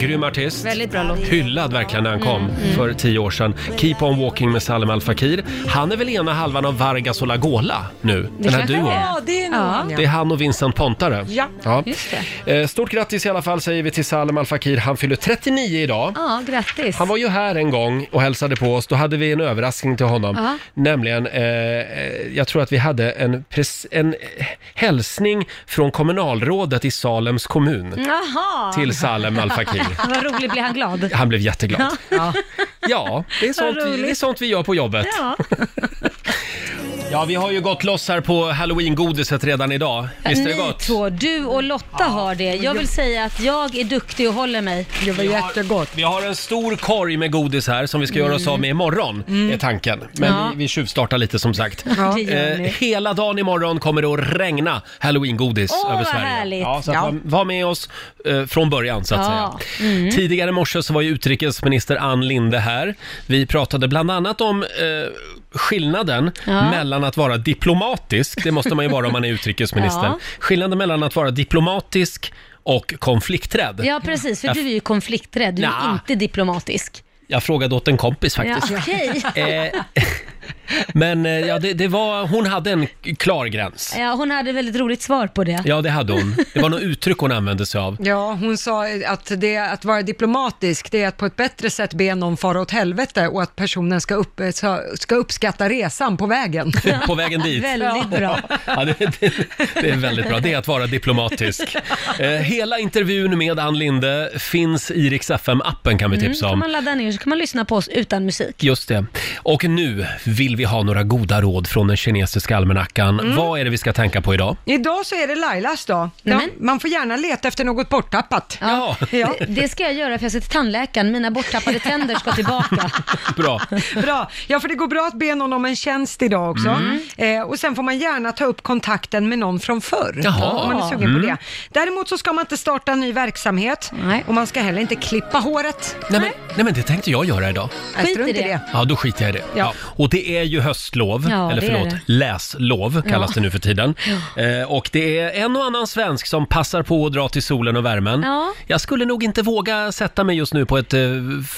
Speaker 1: Grym artist.
Speaker 3: Väldigt bra låt. Mm,
Speaker 1: Hyllad verkligen när han kom för tio år sedan. Keep on walking med Salem Al Fakir. Han är väl ena halvan av Vargas och Lagola nu, den här
Speaker 3: kanske
Speaker 1: duon.
Speaker 3: det är.
Speaker 2: Ja, det är nog
Speaker 3: Ja.
Speaker 2: han, ja.
Speaker 1: Det är han och Vincent Pontare.
Speaker 2: Ja,
Speaker 3: just
Speaker 1: Eh, Stort grattis i alla fall säger vi till Salem Al Fakir. Han fyller 39 idag.
Speaker 3: Ja, grattis.
Speaker 1: Han var ju här en gång och hälsade på oss. Då hade vi en överraskning till honom.
Speaker 3: Ja.
Speaker 1: Nämligen, eh, eh, jag tror att vi hade en, pres- en eh, hälsning från kommunalrådet i Salems kommun
Speaker 3: Jaha.
Speaker 1: till Salem Al Fakir.
Speaker 3: Vad roligt. Blir han glad?
Speaker 1: Han blev jätteglad. Ja, det, är sånt,
Speaker 3: roligt.
Speaker 1: det är sånt vi gör på jobbet.
Speaker 3: Ja.
Speaker 1: Ja, vi har ju gått loss här på halloween-godiset redan idag. Visst är det
Speaker 3: Ni
Speaker 1: gott?
Speaker 3: två, du och Lotta har det. Jag vill säga att jag är duktig och håller mig.
Speaker 2: det var jättegott.
Speaker 1: Vi har en stor korg med godis här som vi ska göra oss av med imorgon, är tanken. Men
Speaker 3: Mm. Ja.
Speaker 1: vi, vi tjuvstartar lite som sagt.
Speaker 3: Det gör
Speaker 1: Eh,
Speaker 3: ni.
Speaker 1: hela dagen imorgon kommer det att regna halloween-godis
Speaker 3: Åh,
Speaker 1: över
Speaker 3: vad
Speaker 1: Sverige.
Speaker 3: härligt.
Speaker 1: Ja, så att
Speaker 2: Ja.
Speaker 1: var, var med oss eh, från början så att
Speaker 3: Ja. Mm.
Speaker 1: säga. Tidigare i morse så var ju utrikesminister Ann Linde här. Vi pratade bland annat om eh, skillnaden
Speaker 3: Ja.
Speaker 1: mellan att vara diplomatisk, det måste man ju vara om man är utrikesminister,
Speaker 3: Ja.
Speaker 1: skillnaden mellan att vara diplomatisk och konflikträdd.
Speaker 3: Ja, precis. För du är ju konflikträdd. Du är
Speaker 1: Nja.
Speaker 3: inte diplomatisk.
Speaker 1: Jag frågade åt en kompis
Speaker 3: Ja,
Speaker 1: faktiskt.
Speaker 3: okej.
Speaker 1: Eh, men eh, ja, det, det var, hon hade en klar gräns.
Speaker 3: Ja, hon hade väldigt roligt svar på det.
Speaker 1: Ja, typ det hade hon. Det var något uttryck hon använde sig av.
Speaker 2: Ja, hon sa att det att vara diplomatisk, det är att på ett bättre sätt be någon fara åt helvete och att personen ska, upp, ska- ska uppskatta resan på vägen.
Speaker 1: På vägen dit.
Speaker 3: Väldigt bra.
Speaker 1: Ja, det, det, det är väldigt bra. Det är att vara diplomatisk. Eh, hela intervjun med Ann Linde finns i Rix FM-appen kan vi tipsa
Speaker 3: Mm, Kan
Speaker 1: om.
Speaker 3: man ladda ner så kan man lyssna på oss utan musik.
Speaker 1: Just det. Och nu vill vi ha några goda råd från den kinesiska almanackan. Vad är det vi ska tänka på idag?
Speaker 2: Idag så är det Lailas dag. Ja,
Speaker 3: Nämen.
Speaker 2: man får gärna leta efter något borttappat.
Speaker 1: Ja.
Speaker 2: Ja.
Speaker 3: Det- Det ska jag göra för jag ska till tandläkaren. Mina borttappade tänder ska tillbaka.
Speaker 1: Bra.
Speaker 2: Bra. Ja, för det går bra att be någon om en tjänst idag också.
Speaker 3: Mm.
Speaker 2: Eh, och sen får man gärna ta upp kontakten med någon från förr.
Speaker 1: Jaha.
Speaker 2: Om man är sugen
Speaker 3: Mm.
Speaker 2: på det. Däremot så ska man inte starta en ny verksamhet.
Speaker 3: Nej.
Speaker 2: Och man ska heller inte klippa håret.
Speaker 1: Nej men, nej men det tänkte jag göra idag.
Speaker 2: Jag
Speaker 3: Skit i
Speaker 2: strunt
Speaker 3: det.
Speaker 1: Ja, då skiter jag i det. Ja. Och det är ju höstlov,
Speaker 3: Ja,
Speaker 1: eller
Speaker 3: det är
Speaker 1: förlåt,
Speaker 3: det.
Speaker 1: läslov kallas
Speaker 3: Ja.
Speaker 1: det nu för tiden. Eh, och det är en och annan svensk som passar på att dra till solen och värmen.
Speaker 3: Ja.
Speaker 1: Jag skulle nog inte våga sätta mig just nu på ett eh,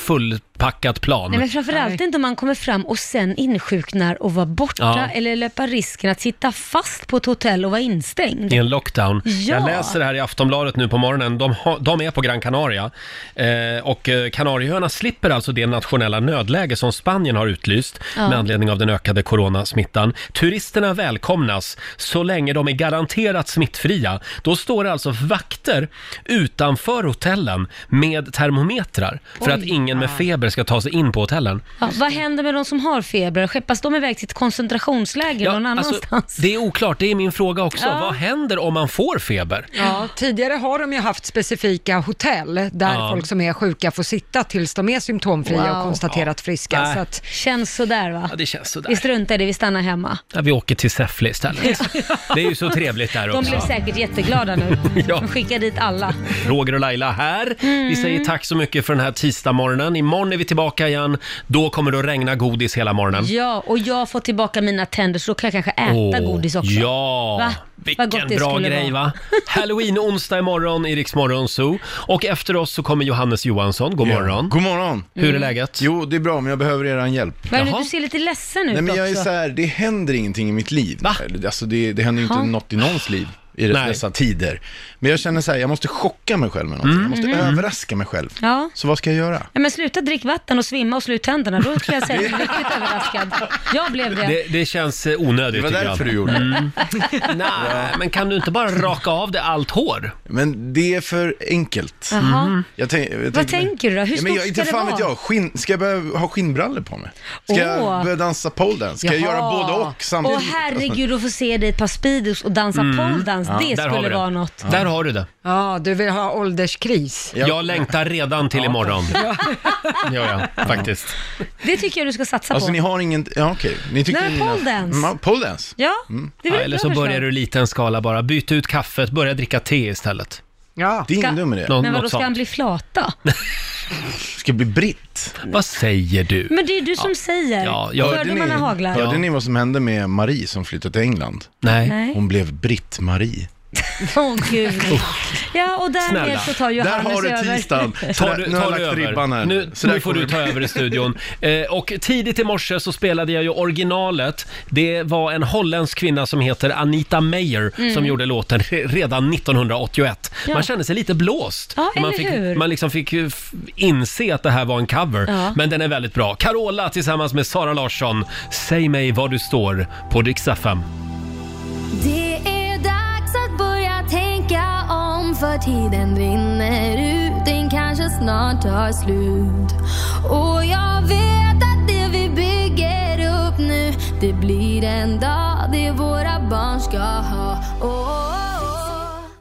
Speaker 1: fullpackat plan.
Speaker 3: Nej, men framförallt inte om man kommer fram och sen insjuknar och var borta
Speaker 1: Ja.
Speaker 3: eller löpa risken att sitta fast på ett hotell och vara instängd.
Speaker 1: i en lockdown.
Speaker 3: Ja.
Speaker 1: Jag läser det här i Aftonbladet nu på morgonen. De, har, de är på Gran Canaria. Eh, och eh, Kanarieöarna slipper alltså det nationella nödläge som Spanien har utlyst
Speaker 3: Ja.
Speaker 1: med anledning av den ökade coronasmittan. Turisterna välkomnas så länge de är garanterat smittfria. Då står det alltså vakter utanför hotellen med termometrar för att ingen med feber ska ta sig in på hotellen.
Speaker 3: Ja, vad händer med de som har feber? Skeppas de iväg till ett koncentrationsläger någon
Speaker 1: alltså,
Speaker 3: annanstans?
Speaker 1: det är oklart, det är min fråga också.
Speaker 3: Ja.
Speaker 1: Vad händer om man får feber?
Speaker 2: Ja, tidigare har de ju haft specifika hotell där
Speaker 1: Ja.
Speaker 2: folk som är sjuka får sitta tills de är symptomfria
Speaker 3: Wow.
Speaker 2: och konstaterat friska.
Speaker 1: Nej.
Speaker 2: Så att,
Speaker 3: Känns sådär va?
Speaker 1: Ja, det känns sådär.
Speaker 3: Vi struntar i det, vi stannar hemma.
Speaker 1: Ja, vi åker till Säffle istället. Det är ju så trevligt där
Speaker 3: De
Speaker 1: också.
Speaker 3: blev säkert jätteglada nu.
Speaker 1: Ja.
Speaker 3: De skickar dit alla.
Speaker 1: Roger och Laila här.
Speaker 3: Mm.
Speaker 1: Vi säger tack så mycket för den här tisdagsmorgonen. Imorgon är vi tillbaka igen. Då kommer det att regna godis hela morgonen.
Speaker 3: Ja, och jag får tillbaka mina tänder så då kan jag kanske äta
Speaker 1: Åh,
Speaker 3: godis också.
Speaker 1: Ja,
Speaker 3: Va?
Speaker 1: vilken
Speaker 3: Vad gott det
Speaker 1: bra
Speaker 3: skulle
Speaker 1: grej
Speaker 3: vara.
Speaker 1: va? Halloween-onsdag imorgon i Rix Morgon Zoo. Och efter oss så kommer Johannes Johansson. God morgon.
Speaker 11: God morgon.
Speaker 1: Hur är läget?
Speaker 11: Jo, det är bra, men jag behöver er hjälp.
Speaker 3: Men nu,
Speaker 1: Jaha.
Speaker 3: du ser lite ledsen ut
Speaker 11: Nej, men jag är
Speaker 3: också.
Speaker 11: så här, det händer ingenting i mitt liv.
Speaker 1: Va?
Speaker 11: Alltså, det, det händer ju inte
Speaker 3: Ha.
Speaker 11: något i någons liv i
Speaker 1: Nej.
Speaker 11: dessa tider. Men jag känner så här, jag måste chocka mig själv med någonting.
Speaker 1: Mm.
Speaker 11: Jag
Speaker 3: Mm.
Speaker 11: måste överraska mig själv.
Speaker 3: Ja.
Speaker 11: Så vad ska jag göra?
Speaker 3: Nej, men sluta drick vatten och svimma och slå ut tänderna. Då kan jag säga att jag är riktigt överraskad. Jag blev det.
Speaker 1: Det, det känns eh,
Speaker 11: Det
Speaker 1: onödigt
Speaker 11: var
Speaker 1: tycker jag. Mm.
Speaker 11: därför du gjorde det.
Speaker 1: Nej, men kan du inte bara raka av det allt hår?
Speaker 11: Men det är för enkelt.
Speaker 3: Jaha.
Speaker 1: Mm.
Speaker 11: Jag tänk, jag
Speaker 3: Vad tänker du då? Hur
Speaker 11: ja, men
Speaker 3: stort
Speaker 11: jag, inte
Speaker 3: ska det
Speaker 11: fan
Speaker 3: vara?
Speaker 11: vet jag. Skinn, ska jag börja ha skinnbrallor på mig? Ska
Speaker 3: Åh.
Speaker 11: jag börja dansa poledance? Ska jag
Speaker 2: Jaha.
Speaker 11: göra både och samtidigt?
Speaker 3: Åh herregud, att få se dig i ett par Speedos och dansa poledance, det
Speaker 1: Mm. Där har vi
Speaker 3: skulle
Speaker 1: det.
Speaker 3: vara något.
Speaker 1: Där har du det.
Speaker 2: ja, du vill ha ålderskris.
Speaker 11: Ja.
Speaker 1: Jag längtar redan till imorgon. Ja, ja, faktiskt.
Speaker 3: Det tycker jag du ska satsa
Speaker 11: Alltså
Speaker 3: på.
Speaker 11: ni har ingen, ja okej. Ni tycker
Speaker 3: Nej,
Speaker 11: ni-
Speaker 3: poledance.
Speaker 11: Mm, ja, poledance.
Speaker 3: Ja, det är
Speaker 1: Mm. Ja,
Speaker 3: väl ett
Speaker 1: eller
Speaker 3: bra
Speaker 1: så börjar
Speaker 3: förslag.
Speaker 1: du i liten skala bara. Byt ut kaffet, börja dricka te istället.
Speaker 2: Ja.
Speaker 11: Det är ingen
Speaker 3: Ska-
Speaker 11: dum idé.
Speaker 1: Nå-
Speaker 3: Men vadå,
Speaker 1: något
Speaker 3: ska
Speaker 1: sånt.
Speaker 3: han bli flata?
Speaker 11: Ska bli britt.
Speaker 1: Vad säger du?
Speaker 3: Men det är du som säger.
Speaker 1: Ja, jag-
Speaker 3: Hörde man haglar?
Speaker 11: hörde ni vad som hände med Marie som flyttade till England?
Speaker 1: Nej.
Speaker 3: Nej.
Speaker 11: Hon blev Britt-Marie.
Speaker 3: Åh gud. Ja, och
Speaker 1: Snälla.
Speaker 3: därmed så tar
Speaker 11: Där
Speaker 3: Johannes
Speaker 11: har du
Speaker 3: över.
Speaker 11: tisdagen. Så
Speaker 1: Ta
Speaker 11: där-
Speaker 1: du,
Speaker 11: nu har
Speaker 1: ta
Speaker 11: jag
Speaker 1: du
Speaker 11: lagt
Speaker 1: över.
Speaker 11: ribban här.
Speaker 1: nu
Speaker 11: Så där
Speaker 1: nu får
Speaker 11: kommer
Speaker 1: du ta över i studion. Eh, och tidigt i morse så spelade jag ju originalet. Det var en holländsk kvinna som heter Anita Meyer som gjorde låten redan 1981.
Speaker 3: Mm. Ja.
Speaker 1: Man kände sig lite blåst.
Speaker 3: Ja,
Speaker 1: när man,
Speaker 3: eller
Speaker 1: fick,
Speaker 3: hur?
Speaker 1: man liksom fick ju f- inse att det här var en cover.
Speaker 3: Ja.
Speaker 1: Men den är väldigt bra. Carola tillsammans med Sara Larsson. Säg mig var du står på riksdag 5.
Speaker 12: Det är dags att börja tänka om för tiden rinner ut, den kanske snart tar slut.